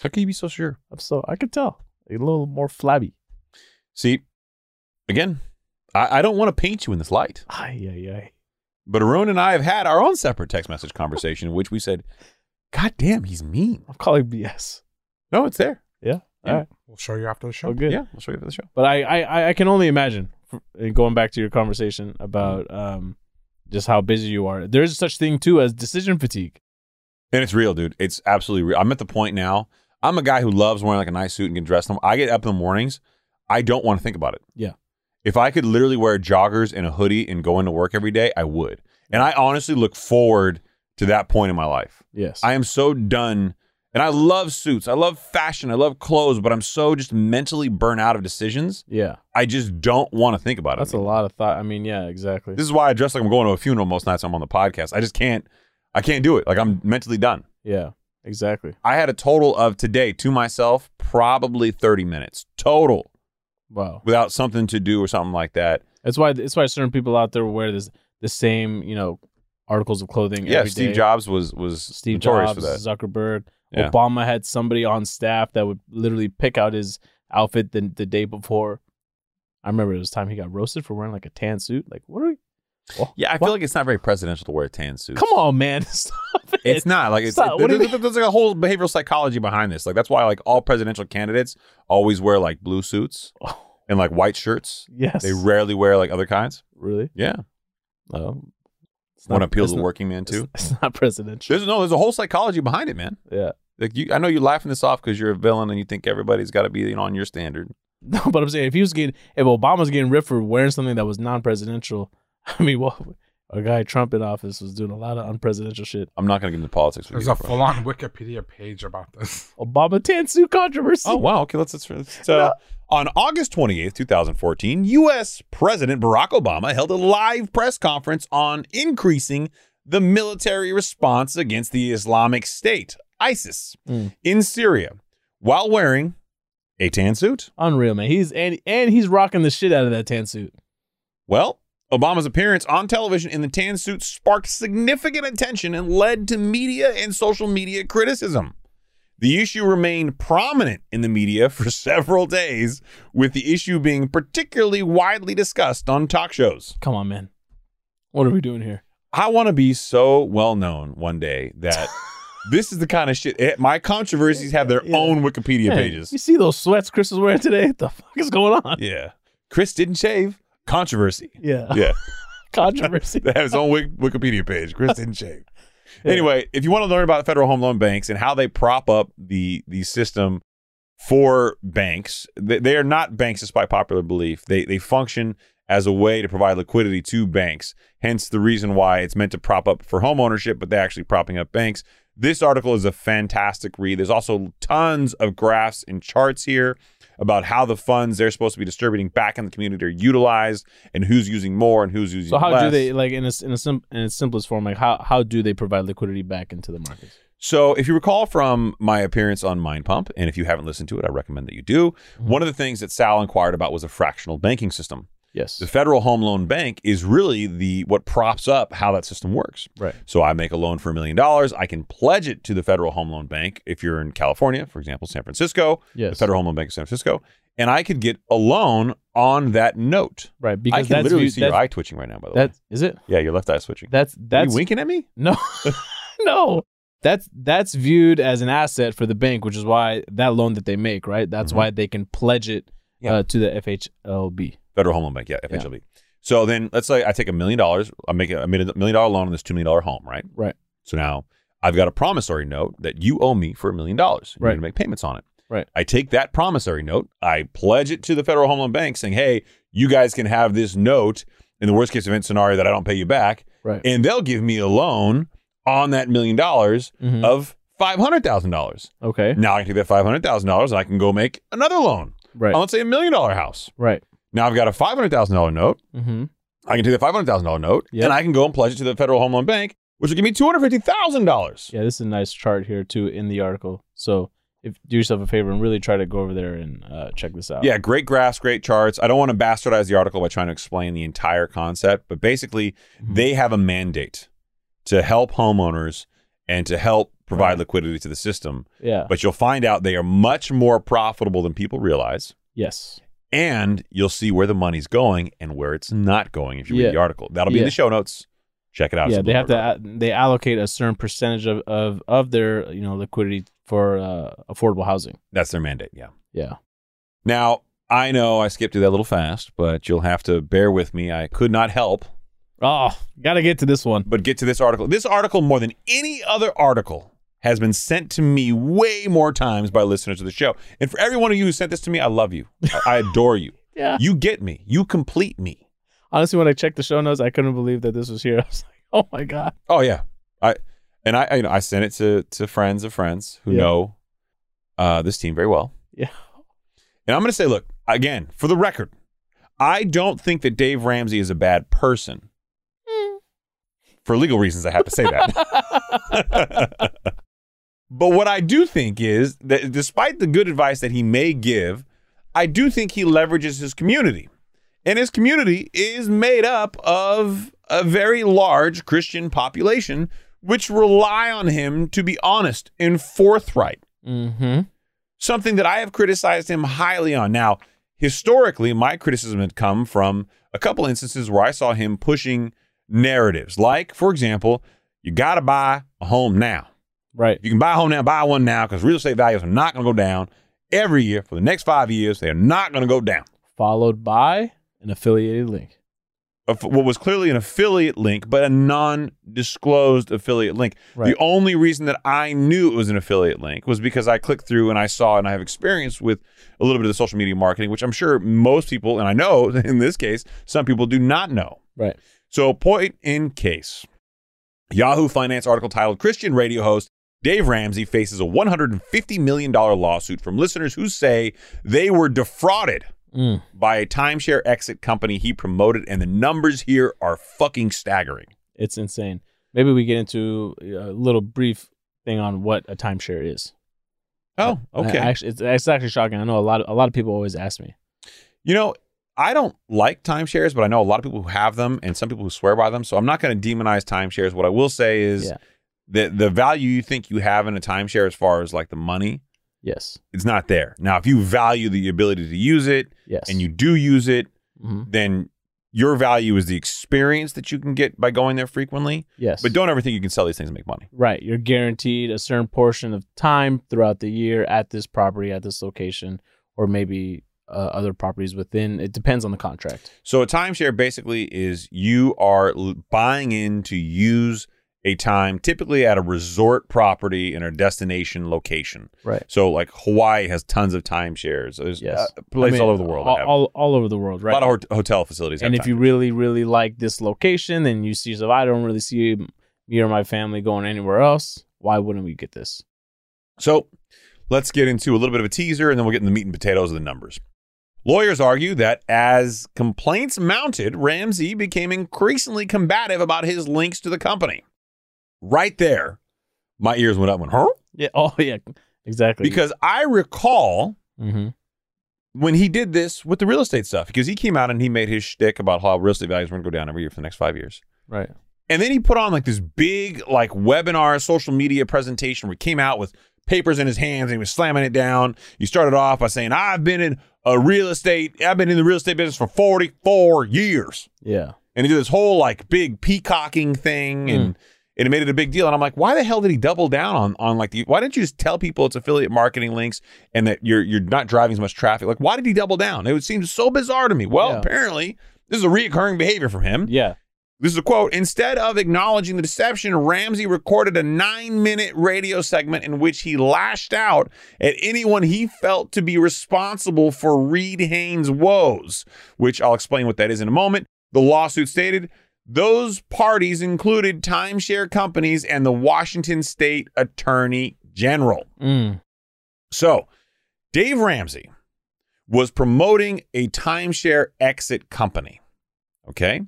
how can you be so sure I'm so I could tell. A little more flabby. see again i, I don't want to paint you in this light Ay, ay, ay. But Arun and I have had our own separate text message conversation in which we said, God damn, he's mean. I'm calling BS. No, it's there. Yeah. Yeah. All right. we'll show you after the show. Well, Oh, good. Yeah, I'll show you for the show. But I, I, I- I can only imagine f- and going back to your conversation Mm. about um, just how busy you are. There's such thing too as decision fatigue. And it's real, dude. It's absolutely real. I'm at the point now. I'm a guy who loves wearing like a nice suit and getting dressed. In the- I get up in the mornings. I don't want to think about it. Yeah. If I could literally wear joggers and a hoodie and go into work every day, I would. And I honestly look forward to that point in my life. Yes. I am so done. And I love suits. I love fashion. I love clothes, but I'm so just mentally burnt out of decisions. yeah. I just don't want to think about it. That's a anymore. lot of thought. I mean, yeah, exactly. This is why I dress like I'm going to a funeral most nights. I'm on the podcast. I just can't. I can't do it. Like I'm mentally done. yeah. Exactly. I had a total of today to myself probably 30 minutes total Wow. without something to do or something like that. That's why. That's why certain people out there wear this the same you know articles of clothing. Yeah, every Steve day. Jobs was was Steve notorious Jobs, for that. Zuckerberg. Yeah. Obama had somebody on staff that would literally pick out his outfit the, the day before. I remember it was time he got roasted for wearing like a tan suit. Like, what are we? Wha- Yeah, I wha- feel like it's not very presidential to wear a tan suit. Come on, man. <laughs> Stop it. It's not like it's Stop. it- What do you there- there's like a whole Oh. behavioral psychology behind this. Like that's why like all presidential candidates always wear like blue suits and like white shirts. Yes. They rarely wear like other kinds. really? Yeah. Um, it's Want to not- appeal it's to the not- working man too. It's, it's not presidential. There's no, there's a whole psychology behind it, man. Yeah. Like you, I know you're laughing this off because you're a villain and you think everybody's got to be you know, on your standard. <laughs> No, but I'm saying if he was getting, if Obama's getting ripped for wearing something that was non-presidential, <laughs> I mean, well, a guy Trump in office was doing a lot of unpresidential shit. I'm not going to get into politics with There's you. a bro. full on Wikipedia page about this. Obama Tansu controversy. Oh wow. Okay, let's. let's, let's, uh, On August 28th, 2014, U.S. President Barack Obama held a live press conference on increasing the military response against the Islamic State (ISIS) Mm. in Syria, while wearing a tan suit. Unreal, man. He's and and he's rocking the shit out of that tan suit. Well, Obama's appearance on television in the tan suit sparked significant attention and led to media and social media criticism. The issue remained prominent in the media for <laughs> several days, with the issue being particularly widely discussed on talk shows. Come on, man. What are we doing here? I want to be so well known one day <laughs> that this is the kind of shit. eh, my controversies have their Yeah. own Wikipedia Man, pages. You see those sweats Chris is wearing today? What the fuck is going on? <laughs> Yeah. Chris didn't shave. Controversy. Yeah. Yeah. <laughs> <laughs> Controversy. that has his own Wik- Wikipedia page. Chris didn't shave. <laughs> Anyway, if you want to learn about federal home loan banks and how they prop up the the system for banks, they, they are not banks despite popular belief. They they function as a way to provide liquidity to banks. Hence the reason why it's meant to prop up for home ownership, but they're actually propping up banks. This article is a fantastic read. There's also tons of graphs and charts here about how the funds they're supposed to be distributing back in the community are utilized and who's using more and who's using So how less. do they like in a s- in a sim, in its simplest form? Like how how do they provide liquidity back into the markets? So, if you recall from my appearance on Mind Pump, and if you haven't listened to it, I recommend that you do. Mm-hmm. One of the things that Sal inquired about was a fractional banking system. Yes. The Federal Home Loan Bank is really the what props up how that system works. Right. So, I make a loan for a million dollars. I can pledge it to the Federal Home Loan Bank if you're in California, for example, San Francisco, the Yes. Federal Home Loan Bank of San Francisco, and I could get a loan on that note. right. Because I can that's literally viewed- see that's, your eye twitching right now, by the way. that is it. Yeah, your left eye switching. That's Are you that's winking at me? <laughs> no no. That's that's viewed as an asset for the bank, which is why that loan that they make, right? That's Mhm. why they can pledge it Yeah. uh, to the FHLB. Federal Home Loan Bank, yeah, FHLB. So then let's say I take a million dollars, I make a I made a million dollar loan on this two million dollar home, right? Right. So now I've got a promissory note that you owe me for a million dollars. You're Right. gonna make payments on it. Right. I take that promissory note, I pledge it to the Federal Home Loan Bank saying, Hey, you guys can have this note in the worst case event scenario that I don't pay you back, Right. and they'll give me a loan on that million dollars Mhm. of five hundred thousand dollars. Okay. Now I can take that five hundred thousand dollars and I can go make another loan Right. on let's say a million dollar house. Right. Now I've got a five hundred thousand dollar note. Mm-hmm. I can take the five hundred thousand dollar note Yep. and I can go and pledge it to the Federal Home Loan Bank, which will give me two hundred fifty thousand dollars. Yeah, this is a nice chart here too in the article. So if do yourself a favor and really try to go over there and uh, check this out. Yeah, great graphs, great charts. I don't want to bastardize the article by trying to explain the entire concept, but basically, Mm-hmm. they have a mandate to help homeowners and to help provide Right. liquidity to the system. Yeah. But you'll find out they are much more profitable than people realize, yes. and you'll see where the money's going and where it's not going if you Yeah. read the article. That'll be in Yeah. the show notes. Check it out. It's Yeah, a they have to blog. a- they allocate a certain percentage of of of their you know liquidity for uh, affordable housing. That's their mandate. Yeah. Yeah. Now, I know I skipped through that a little fast, but you'll have to bear with me. I could not help Oh, gotta get to this one. but get to this article. This article, more than any other article, has been sent to me way more times by listeners of the show. And for every one of you who sent this to me, I love you. I- I adore you. Yeah. You get me. You complete me. Honestly, when I checked the show notes, I couldn't believe that this was here. <laughs> I was like, oh my god. Oh yeah. I and I I, you know, I sent it to to friends of friends who Yeah. know uh, this team very well. Yeah. And I'm going to say, look, again, for the record, I don't think that Dave Ramsey is a bad person. Hmm. For legal reasons, I have to say <laughs> that. <laughs> but what I do think is that despite the good advice that he may give, I do think he leverages his community. And his community is made up of a very large Christian population, which rely on him to be honest and forthright Mm-hmm. something that I have criticized him highly on. Now, historically, my criticism had come from a couple instances where I saw him pushing narratives, like, for example, you got to buy a home now. Right. If you can buy a home now, buy one now because real estate values are not going to go down every year for the next five years. They're not going to go down. followed by an affiliated link. of what was clearly an affiliate link, but a non-disclosed affiliate link. Right. The only reason that I knew it was an affiliate link was because I clicked through and I saw and I have experience with a little bit of the social media marketing, which I'm sure most people, and I know <laughs> in this case, some people do not know. Right. So, point in case Yahoo Finance article titled Christian radio host Dave Ramsey faces a $150 million lawsuit from listeners who say they were defrauded Mm. by a timeshare exit company he promoted, and the numbers here are fucking staggering. It's insane. Maybe we get into a little brief thing on what a timeshare is. Oh, I- actually, it's, it's actually shocking. I know a lot. Of, a lot of people always ask me. you know, I don't like timeshares, but I know a lot of people who have them and some people who swear by them. So I'm not going to demonize timeshares. What I will say is Yeah. that the value you think you have in a timeshare, as far as like the money, Yes. it's not there. Now, if you value the ability to use it Yes. and you do use it, Mhm. then your value is the experience that you can get by going there frequently. Yes. But don't ever think you can sell these things and make money. Right. You're guaranteed a certain portion of time throughout the year at this property, at this location, or maybe uh, other properties within. It depends on the contract. So a timeshare basically is you are l- buying in to use a time, typically at a resort property in a destination location. Right. So like Hawaii has tons of timeshares. There's Yes. uh, places I mean, all over the world. that All, have- all, all over the world, right? A lot of hot- hotel facilities. and have if you timeshares. really, really like this location, then you see, so I don't really see me or my family going anywhere else. Why wouldn't we get this? So let's get into a little bit of a teaser and then we'll get into the meat and potatoes of the numbers. Lawyers argue that as complaints mounted, Ramsey became increasingly combative about his links to the company. Right there, my ears went up and went, huh? Yeah. <laughs> Oh, yeah. Exactly. Because I recall hmm when he did this with the real estate stuff, because he came out and he made his shtick about how real estate values were going to go down every year for the next five years. right. And then he put on like this big like webinar social media presentation where he came out with papers in his hands and he was slamming it down. He started off by saying, I've been in a real estate, I've been in the real estate business for 44 years. Yeah. And he did this whole like big peacocking thing and and it made it a big deal. And I'm like, why the hell did he double down on on like the why didn't you just tell people it's affiliate marketing links and that you're you're not driving as much traffic? Like, why did he double down? It would seem so bizarre to me. Well, Yeah. apparently this is a reoccurring behavior from him. Yeah. This is a quote. Instead of acknowledging the deception, Ramsey recorded a nine minute radio segment in which he lashed out at anyone he felt to be responsible for Reed Haynes' woes, which I'll explain what that is in a moment. The lawsuit stated those parties included timeshare companies and the Washington State Attorney General. Mm. So, Dave Ramsey was promoting a timeshare exit company. Okay.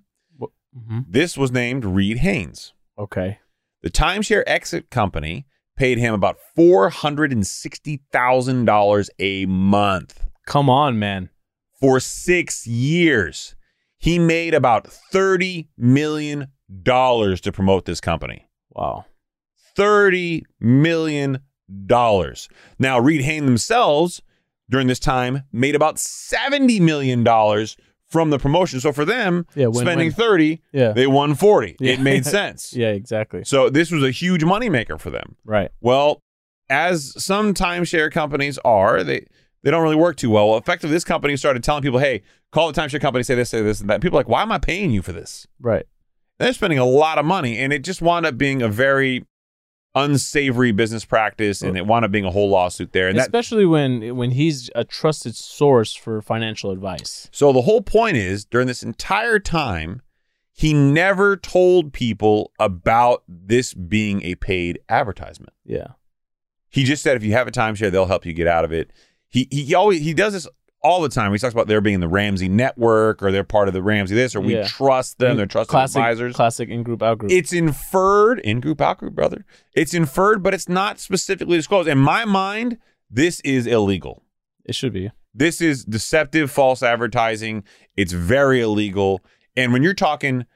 hmm This was named Reed Haynes. Okay. The timeshare exit company paid him about $460,000 a month Come on, man. for six years. He made about $30 million to promote this company. Wow. $30 million. Now, Reed Hayne themselves during this time made about $70 million from the promotion. So for them, Yeah. Win, spending win. 30, Yeah. they won 40. Yeah. It <laughs> made sense. Yeah. Exactly. So this was a huge moneymaker for them. Right. Well, as some timeshare companies are, they they don't really work too well. Well, effectively, this company started telling people, "Hey, call the timeshare company, say this, say this, and that." People are like, "Why am I paying you for this?" Right. They're spending a lot of money, and it just wound up being a very unsavory business practice, and it wound up being a whole lawsuit there. And that, Especially when when he's a trusted source for financial advice. so the whole point is, during this entire time, he never told people about this being a paid advertisement. Yeah. He just said if you have a timeshare, they'll help you get out of it. He he always he does this all the time. He talks about there being the Ramsey network or they're part of the Ramsey this or we Yeah. trust them, they're trusted classic, advisors. Classic in group out group. It's inferred in group out group, brother. It's inferred, but it's not specifically disclosed. In my mind, this is illegal. It should be. This is deceptive, false advertising. It's very illegal. And when you're talking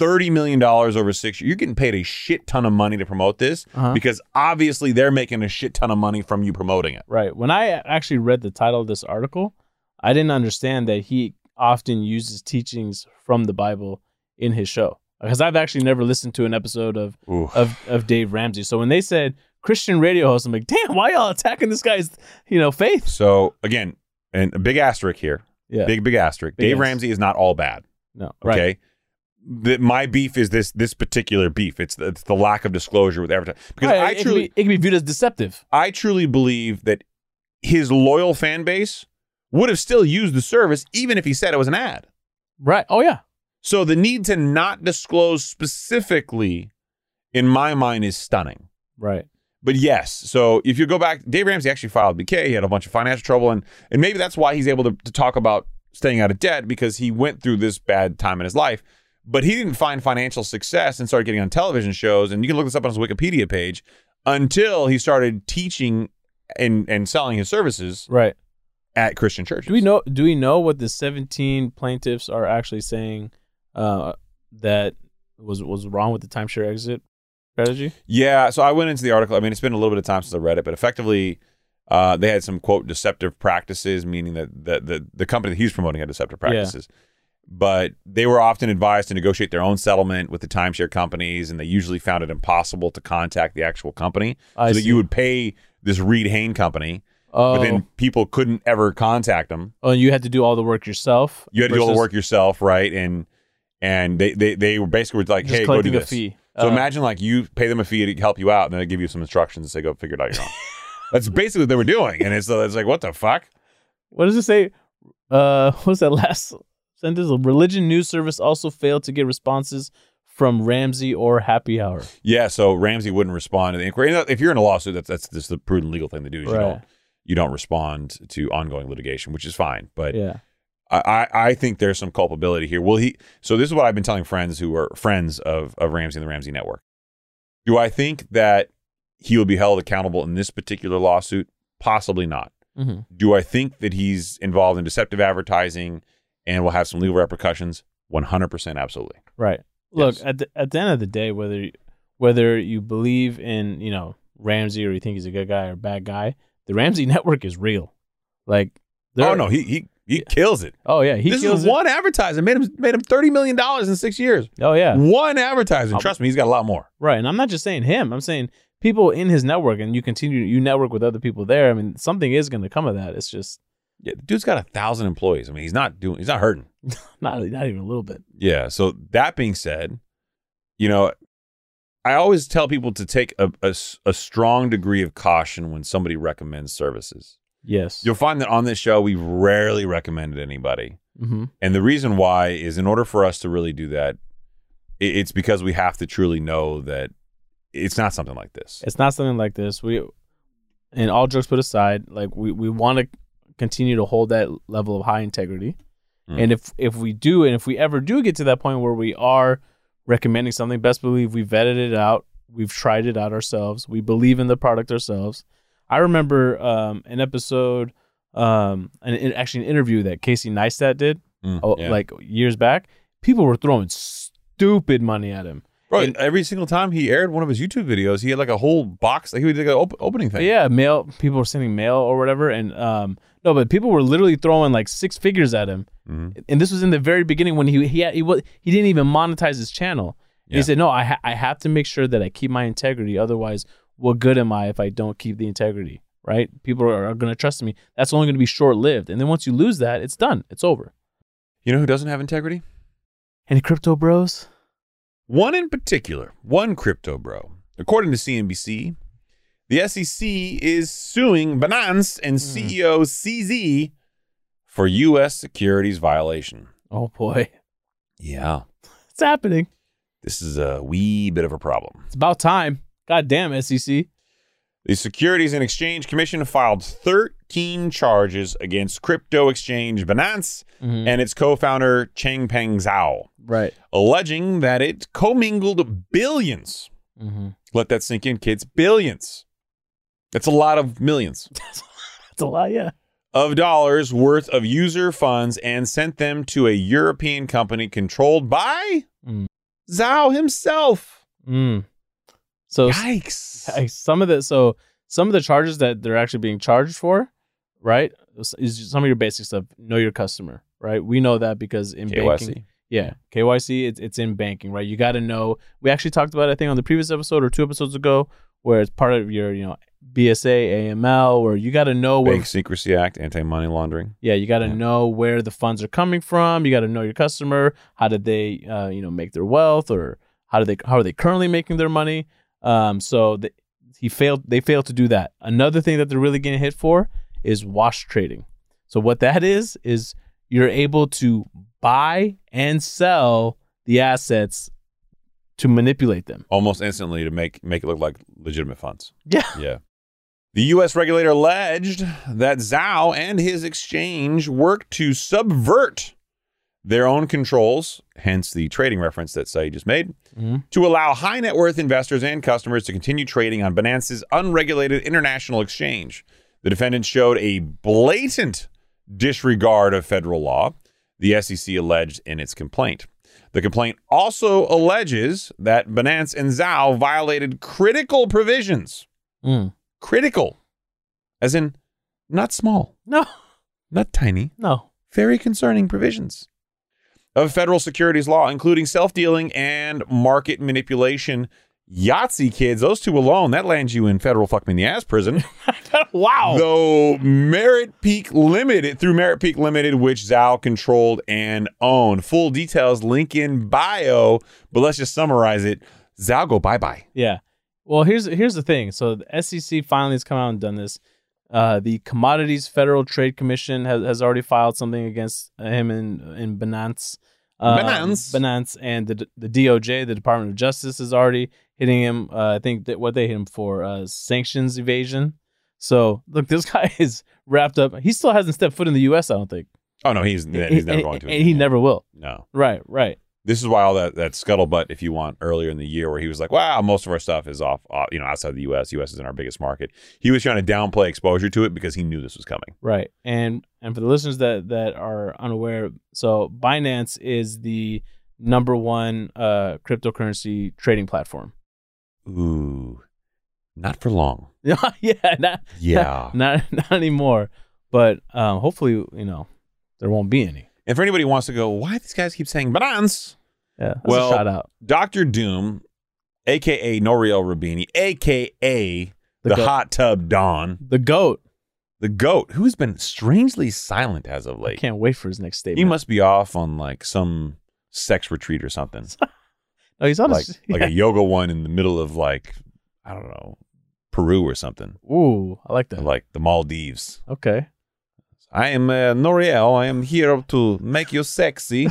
$30 million over six years, you're getting paid a shit ton of money to promote this Uh-huh. because obviously they're making a shit ton of money from you promoting it. Right. When I actually read the title of this article, I didn't understand that he often uses teachings from the Bible in his show. Because I've actually never listened to an episode of, <laughs> of, of Dave Ramsey. So when they said Christian radio host, I'm like, damn, why y'all attacking this guy's, you know, faith? So again, and a big asterisk here. Yeah. Big big asterisk. Big Dave ass- Ramsey is not all bad. No. Right. Okay. The, my beef is this this particular beef. It's the, it's the lack of disclosure with advertising. Because Right, I it, truly can be, it can be viewed as deceptive. I truly believe that his loyal fan base would have still used the service even if he said it was an ad. Right. Oh yeah. So the need to not disclose specifically, in my mind, is stunning. Right. But yes, so if you go back, Dave Ramsey actually filed BK. He had a bunch of financial trouble, and and maybe that's why he's able to, to talk about staying out of debt because he went through this bad time in his life. But he didn't find financial success and started getting on television shows. And you can look this up on his Wikipedia page until he started teaching and and selling his services Right. at Christian churches. Do we know? Do we know what the 17 plaintiffs are actually saying uh, that was was wrong with the timeshare exit strategy? Yeah, so I went into the article. I mean, it's been a little bit of time since I read it, but effectively, uh, they had some quote deceptive practices, meaning that the the, the company that he was promoting had deceptive Yeah. practices. But they were often advised to negotiate their own settlement with the timeshare companies, and they usually found it impossible to contact the actual company. I so that see. you would pay this Reed Hain company, Oh, but then people couldn't ever contact them oh, and you had to do all the work yourself. you had to do all the versus work yourself, right? And and they they they were basically like, Just hey, go do collecting a this. fee. So Uh, imagine like you pay them a fee to help you out, and then they give you some instructions and say go figure it <laughs> out your own. That's basically what they were doing, and it's it's like what the fuck? What does it say? Uh, <laughs> what's that last sentence? The religion news service also failed to get responses from Ramsey or Happy Hour. Yeah. So Ramsey wouldn't respond to the inquiry. And If you're in a lawsuit, that's that's just the prudent legal thing to do. Is Right. You don't you don't respond to ongoing litigation, which is fine. But Yeah. I, I I think there's some culpability here. Will he? So this is what I've been telling friends who are friends of of Ramsey and the Ramsey Network. Do I think that he will be held accountable in this particular lawsuit? Possibly not. Mm-hmm. Do I think that he's involved in deceptive advertising and will have some legal repercussions? 100% absolutely. Right. Look, Yes. at the, at the end of the day, whether you- whether you believe in you know Ramsey or you think he's a good guy or a bad guy, the Ramsey <laughs> network is real. Like, there- oh no, he he he kills it. oh yeah, he this kills is it. one advertiser made him made him 30 million dollars in 6 years. Oh yeah, One advertiser. Um, Trust me, he's got a lot more. right. And I'm not just saying him. I'm saying people in his network, and you continue you network with other people there. I mean, something is going to come of that. It's just Yeah, the dude's got a 1,000 employees. I mean, he's not doing he's not hurting. not not even a little bit. Yeah. So that being said, you know, I always tell people to take a, a s- a strong degree of caution when somebody recommends services. Yes. You'll find that on this show, we rarely recommended anybody. hmm And the reason why is in order for us to really do that, i- it's because we have to truly know that it's not something like this. It's not something like this. We and all jokes put aside, like we we want to continue to hold that level of high integrity. Mm. And if if we do, and if we ever do get to that point where we are recommending something, best believe we vetted it out. We've tried it out ourselves. We believe in the product ourselves. I remember um, an episode, um, an, an- actually an interview that Casey Neistat did, Mm, oh, yeah. like years back. People were throwing stupid money at him. Bro, and every single time he aired one of his YouTube videos, he had like a whole box. Like he would like an op- opening thing. Yeah, mail. People were sending mail or whatever, and um, no, but people were literally throwing like six figures at him, Mhm. and this was in the very beginning when he he had, he was he didn't even monetize his channel. And Yeah. He said, "No, I ha- I have to make sure that I keep my integrity. Otherwise, what good am I if I don't keep the integrity? Right? People are, are going to trust me. That's only going to be short lived. And then once you lose that, it's done. It's over. You know who doesn't have integrity? Any crypto bros? One in particular, one crypto bro. According to CNBC, the SEC is suing Binance Hmm. and E CEO CZ for U.S. securities violation. Oh boy, <laughs> Yeah. it's happening. This is a wee bit of a problem. It's about time. God damn E SEC. The Securities and Exchange Commission filed 13 charges against crypto exchange Binance Mhm. and its co founder Changpeng Zhao, Right. alleging that it commingled billions. Mm-hmm. <laughs> Let that sink in, kids. Billions. That's a lot of millions. That's a lot. Yeah. of dollars worth of user funds and sent them to a European company controlled by Mm. Zhao himself. Mm. So s- Yikes. like, some of the so some of the charges that they're actually being charged for, right? is- Is some of your basic stuff. Know your customer, right? We know that because in banking, KYC. yeah, KYC, it's it's in banking, right? You got to know. We actually talked about it, I think on the previous episode or two episodes ago, where it's part of your you know BSA, AML, where you got to know where Bank Secrecy Act, anti money laundering. Yeah, you got to Yeah. know where the funds are coming from. You got to know your customer. How did they, uh, you know, make their wealth, or how do they, how are they currently making their money? Um, so the, he failed. They failed to do that. Another thing that they're really getting hit for is wash trading. So what that is is you're able to buy and sell the assets to manipulate them. Almost instantly to make make it look like legitimate funds. Yeah. Yeah. The U.S. regulator alleged that Zhao and his exchange worked to subvert their own controls, hence the trading reference that Saeed just made, Mhm. to allow high net worth investors and customers to continue trading on Binance's unregulated international exchange. The defendants showed a blatant disregard of federal law, the SEC alleged in its complaint. The complaint also alleges that Binance and Zhao violated critical provisions Mm. critical, as in not small, No, not tiny, no. very concerning provisions of federal securities law, including self dealing and market manipulation. Yahtzee kids, those two alone, that lands you in federal fuck me in the ass <laughs> prison. <laughs> wow. Though Merit Peak Limited, through Merit Peak Limited, which Zao controlled and owned. Full details link in bio, but let's just summarize it. Zao go bye bye. Yeah. Well, here's here's the thing. So the SEC finally has come out and done this. Uh, the Commodities Federal Trade Commission has, has already filed something against him in in Binance. Um, Binance? Binance, and the the DOJ, the Department of Justice, is already hitting him. Uh, I think that what they hit him for uh, sanctions evasion. So look, this <laughs> guy is wrapped up. He still hasn't stepped foot in the U.S. I don't think. Oh, no, he's, he's never And- going to. and he never will. No. Right. Right. this is why all that that scuttlebutt, if you want, earlier in the year, where he was like, "Wow, most of our stuff is off, off you know, outside the U.S. U.S. isn't our biggest market." He was trying to downplay exposure to it because he knew this was coming. Right. And and for the listeners that that are unaware, so Binance is the number one uh cryptocurrency trading platform. <laughs> Ooh, not for long. yeah, not Yeah. not not anymore, but um hopefully, you know, there won't be any. and for anybody who wants to go, why do these guys keep saying Binance? Yeah. That's Well- a shout out. Doctor Doom, aka Noriel Rubini, aka the, goat. Hot Tub Don, the goat. the Goat, who's been strangely silent as of I late. can't wait for his next statement. He must be off on like some sex retreat or something. Oh, he's on like <laughs> his, like a yoga one in the middle of like I don't know Peru or something, Ooh, I like that. like the Maldives. Okay. <laughs> I am uh, Noriel. I am here to make you sexy.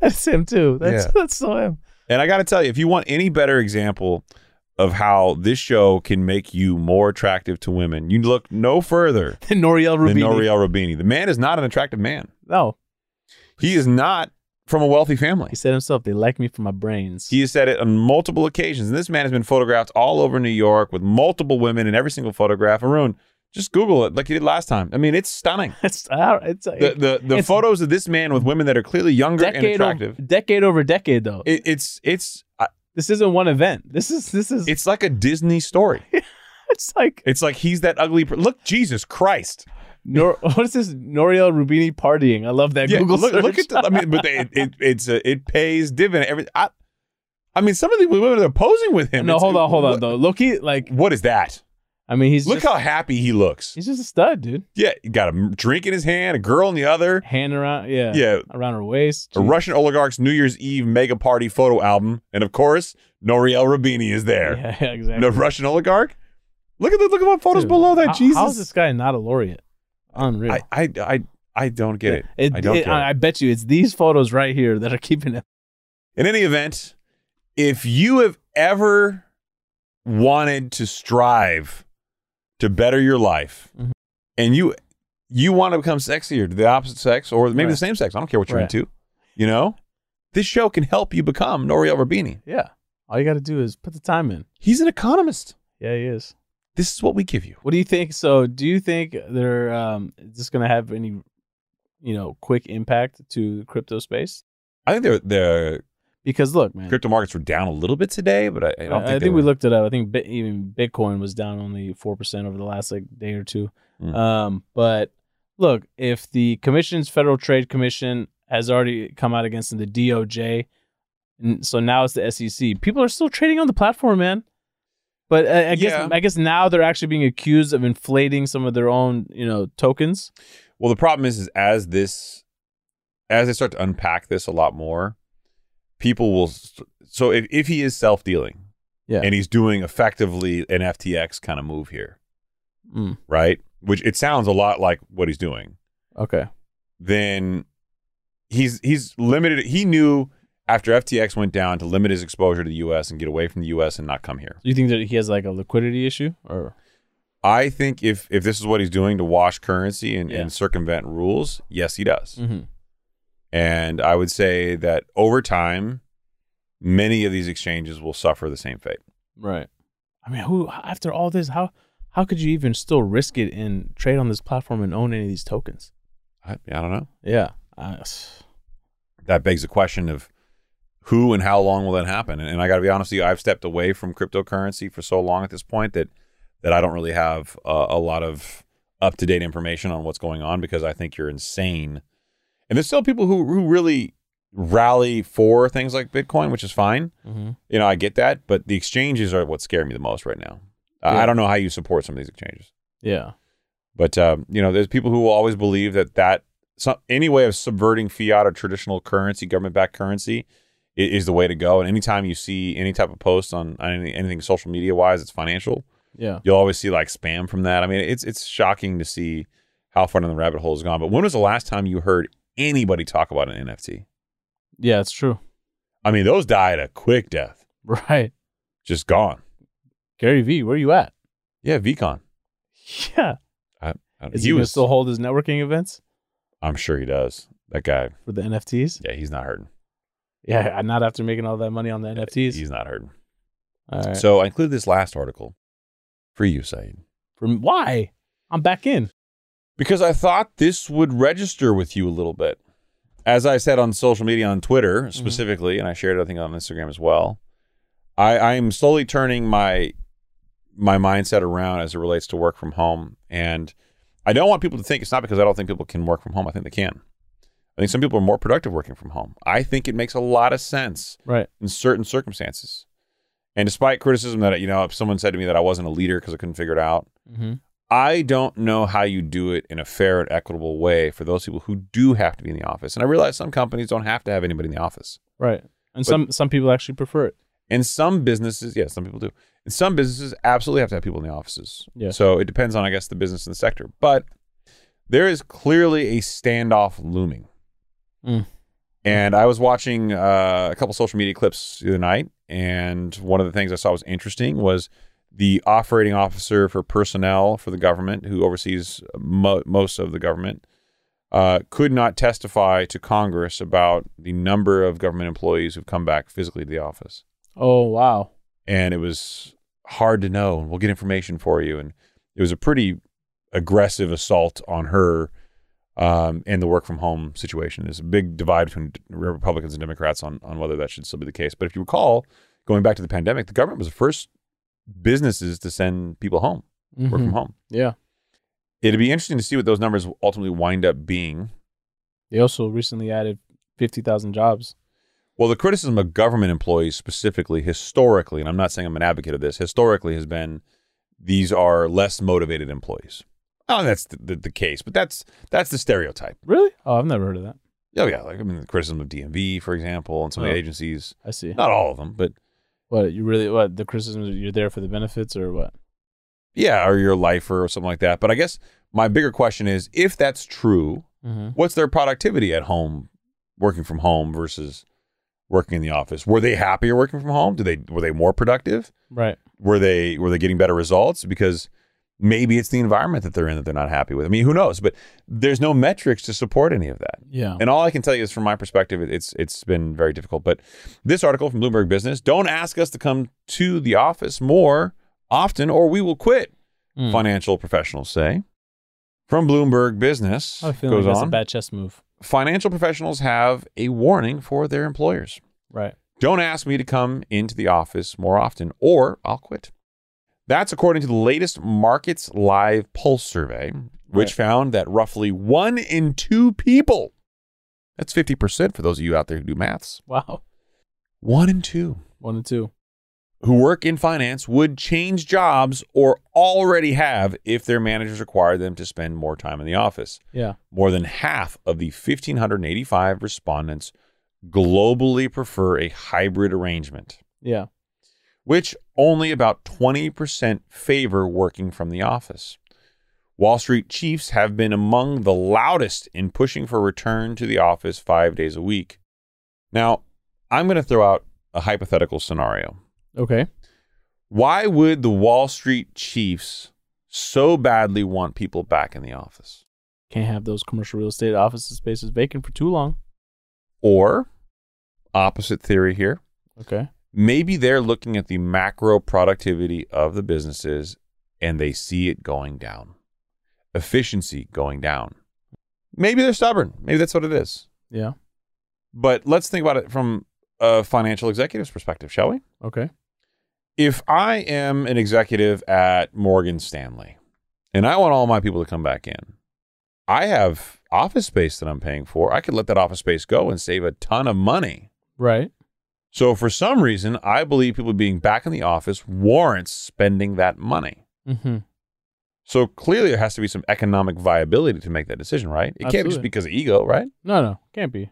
That's him too. That's Yeah. that's so him. and I got to tell you, if you want any better example of how this show can make you more attractive to women, you look no further Noriel than <laughs> Rubini. Noriel Rubini. The man is not an attractive man. No, He is not from a wealthy family. he said himself, they like me for my brains. <laughs> He has said it on multiple occasions. And this man has been photographed all over New York with multiple women in every single photograph. Arun, just Google it like you did last time. I mean, it's stunning. it's, it's, The the, the It's- photos of this man with women that are clearly younger and decade over, attractive. decade over decade though. It, it's it's uh, this isn't one event. This is this is it's, <laughs> it's like a Disney story. like It's like he's that ugly. Per- look, Jesus Christ! Nor, <laughs> what is this Noriel Rubini partying? I love that Yeah, Google look, search. look at the. I mean, but they, it, it it's uh, it pays dividend. Every I, I mean, some of the women that are posing with him. no, it's- hold on, hold on what- though. Loki, like What is that? I mean, he's look just, how happy he looks. he's just a stud, dude. Yeah, you got a drink in his hand, a girl in the other. Hand around, yeah, Yeah, around her waist. a Russian oligarch's New Year's Eve mega party photo album, and of course, Noriel Rubini is there. Yeah, <laughs> yeah, exactly. The Russian oligarch. Look at the look at what photos Dude, below that. how- Jesus, how's this guy not a laureate? Unreal. I, I I I don't get it. It- I don't it- get I, I bet you it's these photos right here that are keeping him. In any event, if you have ever wanted to strive to better your life, Mhm. and you you want to become sexier to the opposite sex or maybe the Right. same sex, I don't care what you're Right. into, you know, this show can help you become Noriel Rubini. <laughs> Yeah. All you got to do is put the time in. He's an economist. Yeah, he is. This is what we give you. What do you think? So, do you think they're um, is this going to have any, you know, quick impact to the crypto space? I think the the Because look, man, crypto markets were down a little bit today, but I, I I, don't think, I they think we were. looked it up. I think bi- even Bitcoin was down only four percent over the last like day or two. Mm. Um, but look, if the commission's Federal Trade Commission has already come out against the E DOJ, n- so now it's the SEC. People are still trading on the platform, man. But uh, I, I guess Yeah. I guess now they're actually being accused of inflating some of their own, you know, tokens. Well, the problem is, is as this, as they start to unpack this a lot more, people will. st- So if, if he is self dealing, Yeah. and he's doing effectively an FTX kind of move here, Mm, right? Which it sounds a lot like what he's doing. okay. Then he's he's limited. He knew after FTX went down to limit his exposure to the U.S. and get away from the U.S. and not come here. Do you think that he has like a liquidity issue or I think if if this is what he's doing to wash currency and, Yeah. and circumvent rules, yes, he does. Mm-hmm. And I would say that over time, many of these exchanges will suffer the same fate. right? I mean, who after all this, how how could you even still risk it and trade on this platform and own any of these tokens? I, I don't know. Yeah. I- <sighs> That begs the question of who and how long will that happen? And, and I got to be honest with you, I've stepped away from cryptocurrency for so long at this point that that I don't really have uh, a lot of up to date information on what's going on because I think you're insane. And there's still people who who really rally for things like Bitcoin, which is fine. Mhm. you know, I get that, but the exchanges are what scare me the most right now. I- Yeah. I don't know how you support some of these exchanges, Yeah. but um, you know, there's people who will always believe that that some, any way of subverting fiat or traditional currency, government-backed currency, i- is the way to go. And anytime you see any type of post on, on any, anything social media-wise, it's financial. Yeah. You'll always see like spam from that. I mean, it's it's shocking to see how far down the rabbit hole has gone. But when was the last time you heard anybody talk about an NFT? Yeah. It's true. <laughs> I mean, those died a quick death, Right. just gone. Gary V, where you at? <laughs> Yeah, Vcon. Yeah. I don't- Is he, gonna still hold his networking events I'm sure he does. That guy, for the NFTs? yeah, he's not hurting. Yeah, not after making all that money on the NFTs. He's not hurting. all right. So I included this last article for you, Saeed, From why? I'm back in. because I thought this would register with you a little bit. As I said on social media, on Mm-hmm. Twitter specifically, and I shared it, I think, on Instagram as well. I, I am slowly turning my my mindset around as it relates to work from home, and I don't want people to think it's not because I don't think people can work from home. I think they can. I think some people are more productive working from home. I think it makes a lot of sense Right. in certain circumstances. And despite criticism that, you know, if someone said to me that I wasn't a leader because I couldn't figure it out, Mm-hmm. I don't know how you do it in a fair and equitable way for those people who do have to be in the office. And I realize some companies don't have to have anybody in the office. Right. And some some people actually prefer it. And some businesses, yeah, some people do. And some businesses absolutely have to have people in the offices. Yeah. So it depends on, I guess, the business and the sector. But there is clearly a standoff looming. Mm. And I was watching uh, a couple social media clips the other night, and one of the things I saw was interesting was the operating officer for personnel for the government, who oversees mo- most of the government, uh, could not testify to Congress about the number of government employees who've come back physically to the office Oh wow. and it was hard to know and we'll get information for you and it was a pretty aggressive assault on her um, and the work from home situation there's a big divide between republicans and democrats on, on whether that should still be the case but if you recall going back to the pandemic the government was the first businesses to send people home work from Mhm. home Yeah. it'd be interesting to see what those numbers ultimately wind up being They also recently added fifty thousand jobs. Well, the criticism of government employees specifically, historically, and I'm not saying I'm an advocate of this, historically has been these are less motivated employees. Oh, that's the, the, the case, but that's that's the stereotype. Really? Oh, I've never heard of that. Oh yeah, like I mean, the criticism of DMV, for example, and some of Oh. the agencies. I see. Not all of them, but What you really what the criticism is you're there for the benefits or what? yeah, or you're a lifer or something like that. But I guess my bigger question is, if that's true, Mm-hmm. what's their productivity at home, working from home versus working in the office? Were they happier working from home? Do they were they more productive? Right. were they were they getting better results because maybe it's the environment that they're in that they're not happy with i mean who knows but there's no metrics to support any of that Yeah. and all i can tell you is from my perspective it- it's it's been very difficult but this article from bloomberg business don't ask us to come to the office more often or we will quit Mm. financial professionals say from bloomberg business I have a feeling goes that's a on bad chess move. financial professionals have a warning for their employers Right. don't ask me to come into the office more often or I'll quit. That's according to the latest Markets Live Pulse survey, which Right. found that roughly one in two people, that's <laughs> 50% for those of you out there who do maths, Wow. one in two One and two. who work in finance would change jobs or already have if their managers required them to spend more time in the office. Yeah. More than half of the 1,585 respondents globally prefer a hybrid arrangement, Yeah. which only about 20% favor working from the office. Wall Street chiefs have been among the loudest in pushing for return to the office five days a week. Now, I'm going to throw out a hypothetical scenario. Okay. Why would the Wall Street chiefs so badly want people back in the office? Can't have those commercial real estate offices spaces vacant for too long. Or, opposite theory here, Okay. maybe they're looking at the macro productivity of the businesses and they see it going down, efficiency going down. Maybe they're stubborn. Maybe that's what it is. Yeah. But let's think about it from a financial executive's perspective, shall we? Okay. If I am an executive at Morgan Stanley and I want all my people to come back in, I have office space that I'm paying for. I could let that office space go and save a ton of money. Right. So for some reason, I believe people being back in the office warrants spending that money. Mm-hmm. So clearly, there has to be some economic viability to make that decision, right? It can't just Absolutely. be because of ego, right? No, no, can't be.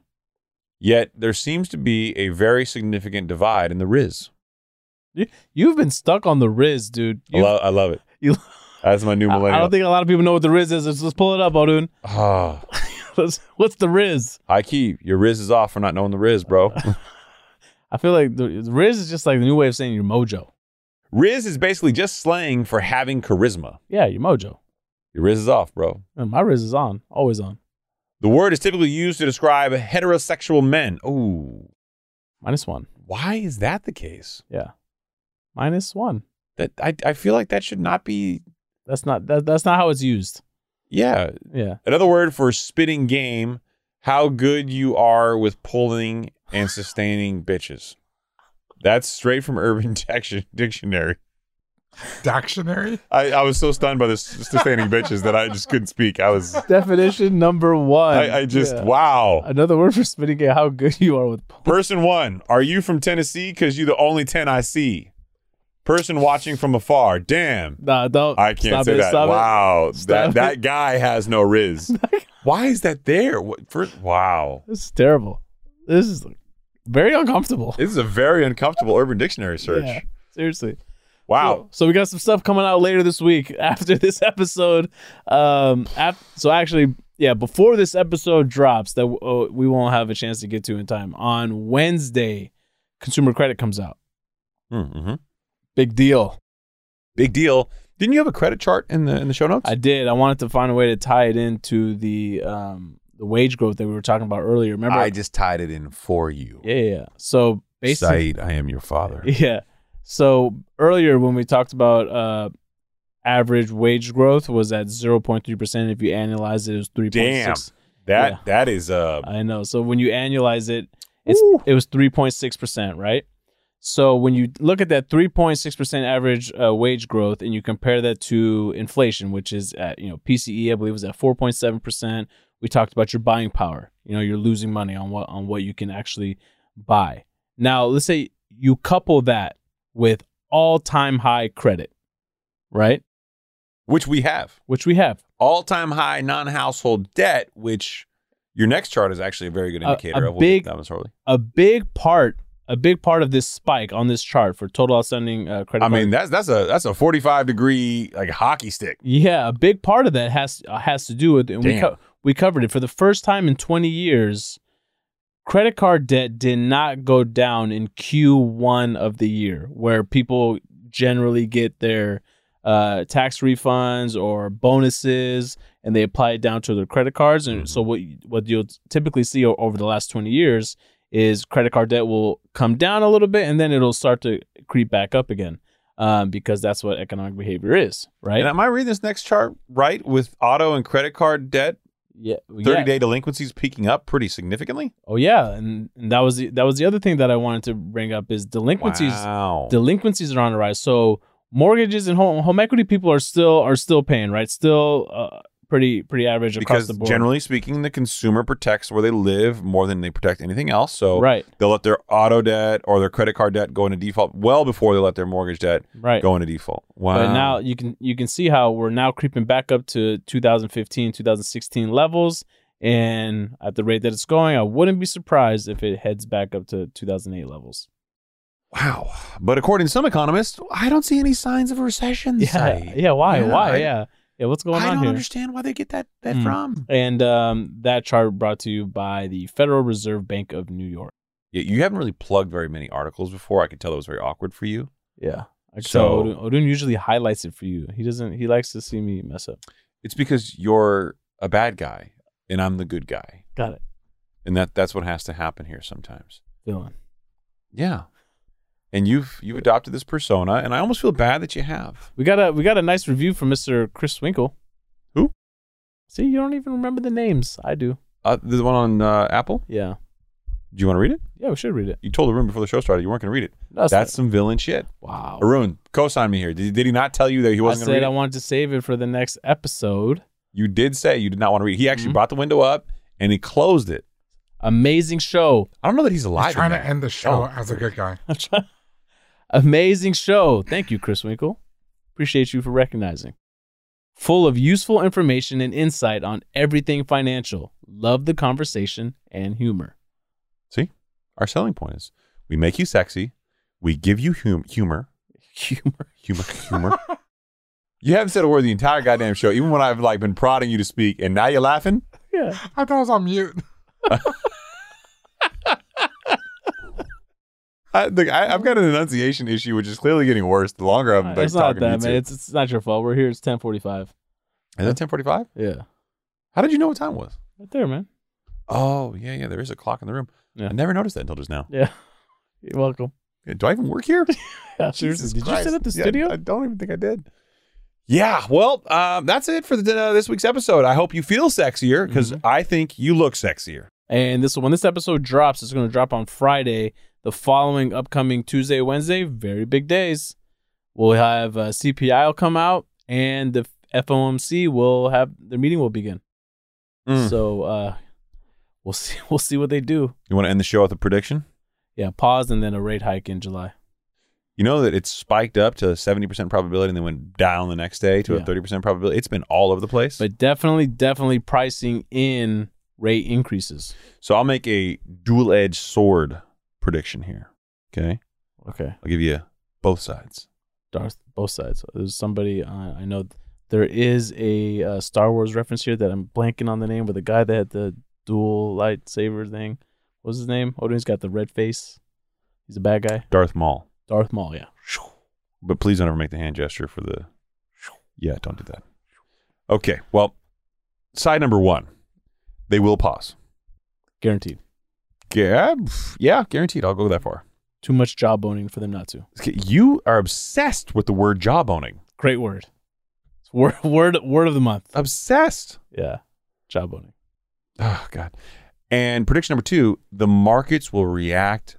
Yet there seems to be a very significant divide in the Riz. You, you've been stuck on the Riz, dude. I You- love, I love it. you- That's my new <laughs> I, I millennial. don't think a lot of people know what the Riz is. Let's, let's pull it up, Odun. Ah, Let's, <laughs> what's the Riz? I keep your Riz is off for not knowing the Riz, bro. <laughs> I feel like the, the Riz is just like the new way of saying your mojo. Riz is basically just slang for having charisma. Yeah, your mojo. Your Riz is off, bro. And my Riz is on, always on. The word is typically used to describe heterosexual men. Ooh, Minus one. why is that the case? Yeah, minus one. that I, I feel like that should not be That's not that, that's not how it's used. yeah Yeah, another word for spitting game how good you are with pulling and sustaining bitches that's straight from urban <laughs> Diction- dictionary Dictionary? I, I was so stunned by the s- sustaining bitches that i just couldn't speak i was definition number one. i, I just Yeah. wow another word for spitting at how good you are with. person one are you from tennessee because you the only 10 i see person watching from afar damn Nah, don't. I can't stop say it, that. Stop It. Wow, Stop that it. that guy has no <laughs> riz. Why is that there? What, first, wow, This is terrible. This is very uncomfortable. <laughs> this is a very uncomfortable Urban Dictionary search. Yeah, seriously. Wow, So we got some stuff coming out later this week <laughs> after this episode. Um, af- so actually, yeah, before this episode drops, that w- oh, we won't have a chance to get to in time on Wednesday, consumer credit comes out. mm-hmm. Big deal. big deal. Didn't you have a credit chart in the in the show notes? I did. I wanted to find a way to tie it into the um the wage growth that we were talking about earlier. Remember? I just tied it in for you. yeah, yeah. yeah. So basically, Said, I am your father. <laughs> Yeah. So earlier when we talked about uh average wage growth was at 0.3% if you annualize it it was 3.6. Damn. That Yeah. that is uh I know. So when you annualize it it's it was 3.6%, right? So when you look at that 3.6% average uh, wage growth and you compare that to inflation which is at you know PCE I believe was at 4.7%, we talked about your buying power. You know, you're losing money on what on what you can actually buy. Now, let's say you couple that with all-time high credit, right? which we have Which we have. all time high non household debt, which your next chart is actually a very good A- indicator a of. We'll get big- to that one shortly. A big part, a big part of this spike on this chart for total outstanding uh, credit. I mean card- that's that's a that's a forty five degree like hockey stick. yeah, a big part of that has uh, has to do with and we Damn. co- we covered it for the first time in 20 years. Credit card debt did not go down in Q1 of the year, where people generally get their uh, tax refunds or bonuses and they apply it down to their credit cards. And so what you- what you'll typically see o- over the last 20 years is credit card debt will come down a little bit and then it'll start to creep back up again um, because that's what economic behavior is, right? And am I reading this next chart right with auto and credit card debt yeah, 30 yeah. day delinquencies peaking up pretty significantly? Oh yeah, and, and that was the, that was the other thing that I wanted to bring up is delinquencies. Wow. Delinquencies are on the rise. So mortgages and home home equity people are still are still paying, right? Still uh, pretty pretty average across because the board. generally speaking, the consumer protects where they live more than they protect anything else. So right, they'll let their auto debt or their credit card debt go into default well before they let their mortgage debt right. go into default. Wow. But now you can you can see how we're now creeping back up to 2015, 2016 levels, and at the rate that it's going, I wouldn't be surprised if it heads back up to 2008 levels. wow. But according to some economists, I don't see any signs of a recession. Yeah, Saeed. yeah. Why? Yeah, why? I- yeah, yeah. What's going I on don't here? understand why they get that that Hmm. from. And um, that chart brought to you by the Federal Reserve Bank of New York. Yeah, you haven't really plugged very many articles before. I could tell it was very awkward for you. Yeah. So, So- Odin, Odin usually highlights it for you. He doesn't. He likes to see me mess up. It's because you're a bad guy and I'm the good guy, Got it, and that that's what has to happen here sometimes. Dylan. Yeah. And you've you've adopted this persona, and I almost feel bad that you have. We got a we got a nice review from Mr. Chris Winkle. Who? See, you don't even remember the names. I do. Uh, the one on uh, Apple. Yeah. Do you want to read it? Yeah, we should read it. You told Arun before the show started you weren't going to read it. No, it's That's some villain shit. not- wow. Arun, co-sign me here. Did, did he not tell you that he I wasn't going said to I read it? wanted to save it for the next episode. You did say you did not want to read it. He actually Mhm. brought the window up and he closed it. Amazing show. I don't know that he's alive. He's trying in to that. end the show Oh. as a good guy. Amazing show. Thank you, Chris Winkle. Appreciate you for recognizing. Full of useful information and insight on everything financial. Love the conversation <laughs> and humor. Our selling point is we make you sexy, we give you hum- humor, Humor. humor, humor. <laughs> you haven't said a word the entire goddamn show, even when I've like been prodding you to speak, and now you're laughing. Yeah. I thought I was on mute. I, look, I, I've got an enunciation issue, which is clearly getting worse the longer I'm like, Uh, it's not talking that, to man. you. It's, it's not your fault. We're here. It's 1045. two. Is it 10:45? Yeah. How did you know what time it was? Right there, man. Oh yeah, yeah. There is a clock in the room. Yeah. I never noticed that until just now. Yeah. You're welcome. Do I even work <laughs> here? Yeah, <laughs> Jesus seriously. Did Christ. you set up the Yeah, studio? I don't even think I did. Yeah, well, um, that's it for the, uh, this week's episode. I hope you feel sexier because Mhm. I think you look sexier. And this when this episode drops, it's going to drop on Friday. The following upcoming Tuesday, Wednesday, very big days. We'll have uh, CPI will come out, and the FOMC will have their meeting will begin. Mm. So uh, we'll see. <laughs> We'll see what they do. You want to end the show with a prediction? Yeah, pause and then a rate hike in July. You know that it's spiked up to 70% probability and then went down the next day to a Yeah. 30% probability. It's been all over the place. But definitely, definitely pricing in rate increases. so I'll make a dual edged sword prediction here. Okay. Okay, I'll give you both sides. Darth, both sides. There's somebody uh, I know. There is a uh, Star Wars reference here that I'm blanking on the name, but the guy that had the dual lightsaber thing, what was his name? Odin's got the red face. He's a bad guy. Darth Maul. Darth Maul, yeah. But please don't ever make the hand gesture for the. Yeah, don't do that. Okay. Well, side number one, they will pause. Guaranteed. Yeah, yeah, guaranteed. I'll go that far. Too much job owning for them not to. Okay, You are obsessed with the word job owning. Great word. It's word <laughs> word word of the month. Obsessed. Yeah, job owning. Oh God. And prediction number two, the markets will react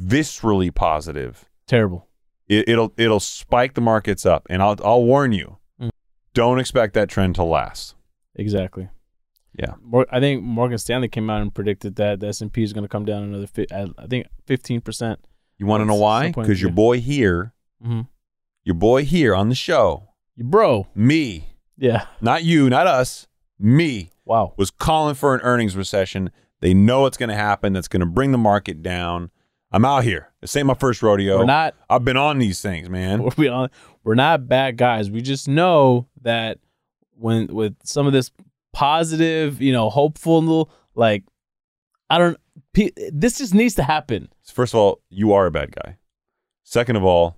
viscerally positive. Terrible. It, it'll it'll spike the markets up. And I'll I'll warn you, Mm. don't expect that trend to last. Exactly. Yeah. Mor- I think Morgan Stanley came out and predicted that the S and P is going to come down another. Fi- I I think fifteen percent. You want to know That's why? some point, Because your yeah. boy here, Mm-hmm. your boy here on the show, Bro. me, Yeah. not you, not us, me Wow. was calling for an earnings recession. They know it's going to happen. That's going to bring the market down. I'm out here. This ain't my first rodeo. We're not <laughs> I've been on these things, man. we're, we on, we're not bad guys. We just know that when with some of this positive, you know, hopeful like I don't pe- this just needs to happen. First of all, you are a bad guy. Second of all,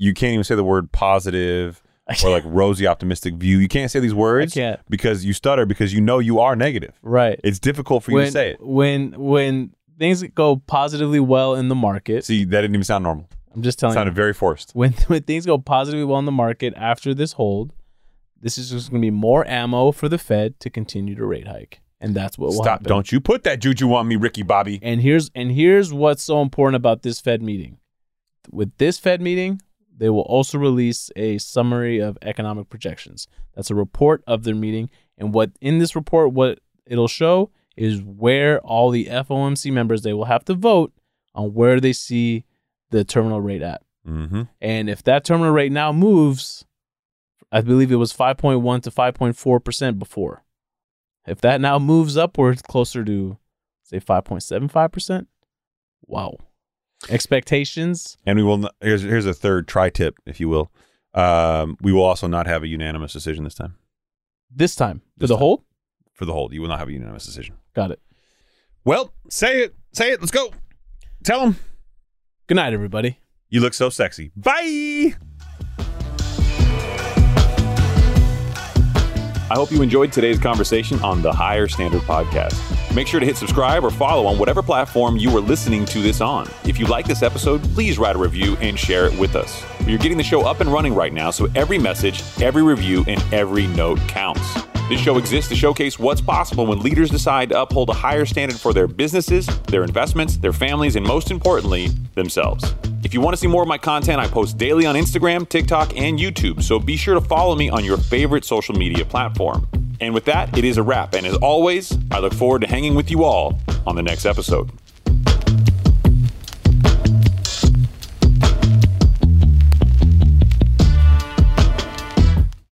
you can't even say the word positive <laughs> I or like rosy optimistic view. You can't say these words I can't. because you stutter because you know you are negative. Right. It's difficult for you when to say it. when when things go positively well in the market, See, that didn't even sound normal. I'm just It telling you. sounded very forced. When <laughs> when things go positively well in the market after this hold, this is just going to be more ammo for the Fed to continue to rate hike. And that's what will Stop. happen. Don't you put that juju on me, Ricky Bobby. And here's and here's what's so important about this Fed meeting. With this Fed meeting, they will also release a summary of economic projections. That's a report of their meeting, And what in this report, what it'll show is where all the FOMC members they will have to vote on where they see the terminal rate at. Mm-hmm. And if that terminal rate now moves, I believe it was 5.1 to 5.4% before. If that now moves upwards closer to, say, 5.75%, wow. Expectations. And we will. Not, here's here's a third tri tip, if you will. Um, we will also not have a unanimous decision this time This time for This the time. hold? for the hold. You will not have a unanimous decision. Got it. Well, say it. Say it. Let's go. Tell them Good night, everybody. you look so sexy. Bye. I hope you enjoyed today's conversation on the Higher Standard Podcast. Make sure to hit subscribe or follow on whatever platform you are listening to this on. If you like this episode, please write a review and share it with us. You're getting the show up and running right now, so every message, every review, and every note counts. This show exists to showcase what's possible when leaders decide to uphold a higher standard for their businesses, their investments, their families, and most importantly, themselves. If you want to see more of my content, I post daily on Instagram, TikTok, and YouTube, so be sure to follow me on your favorite social media platform. And with that, it is a wrap. And as always, I look forward to hanging with you all on the next episode.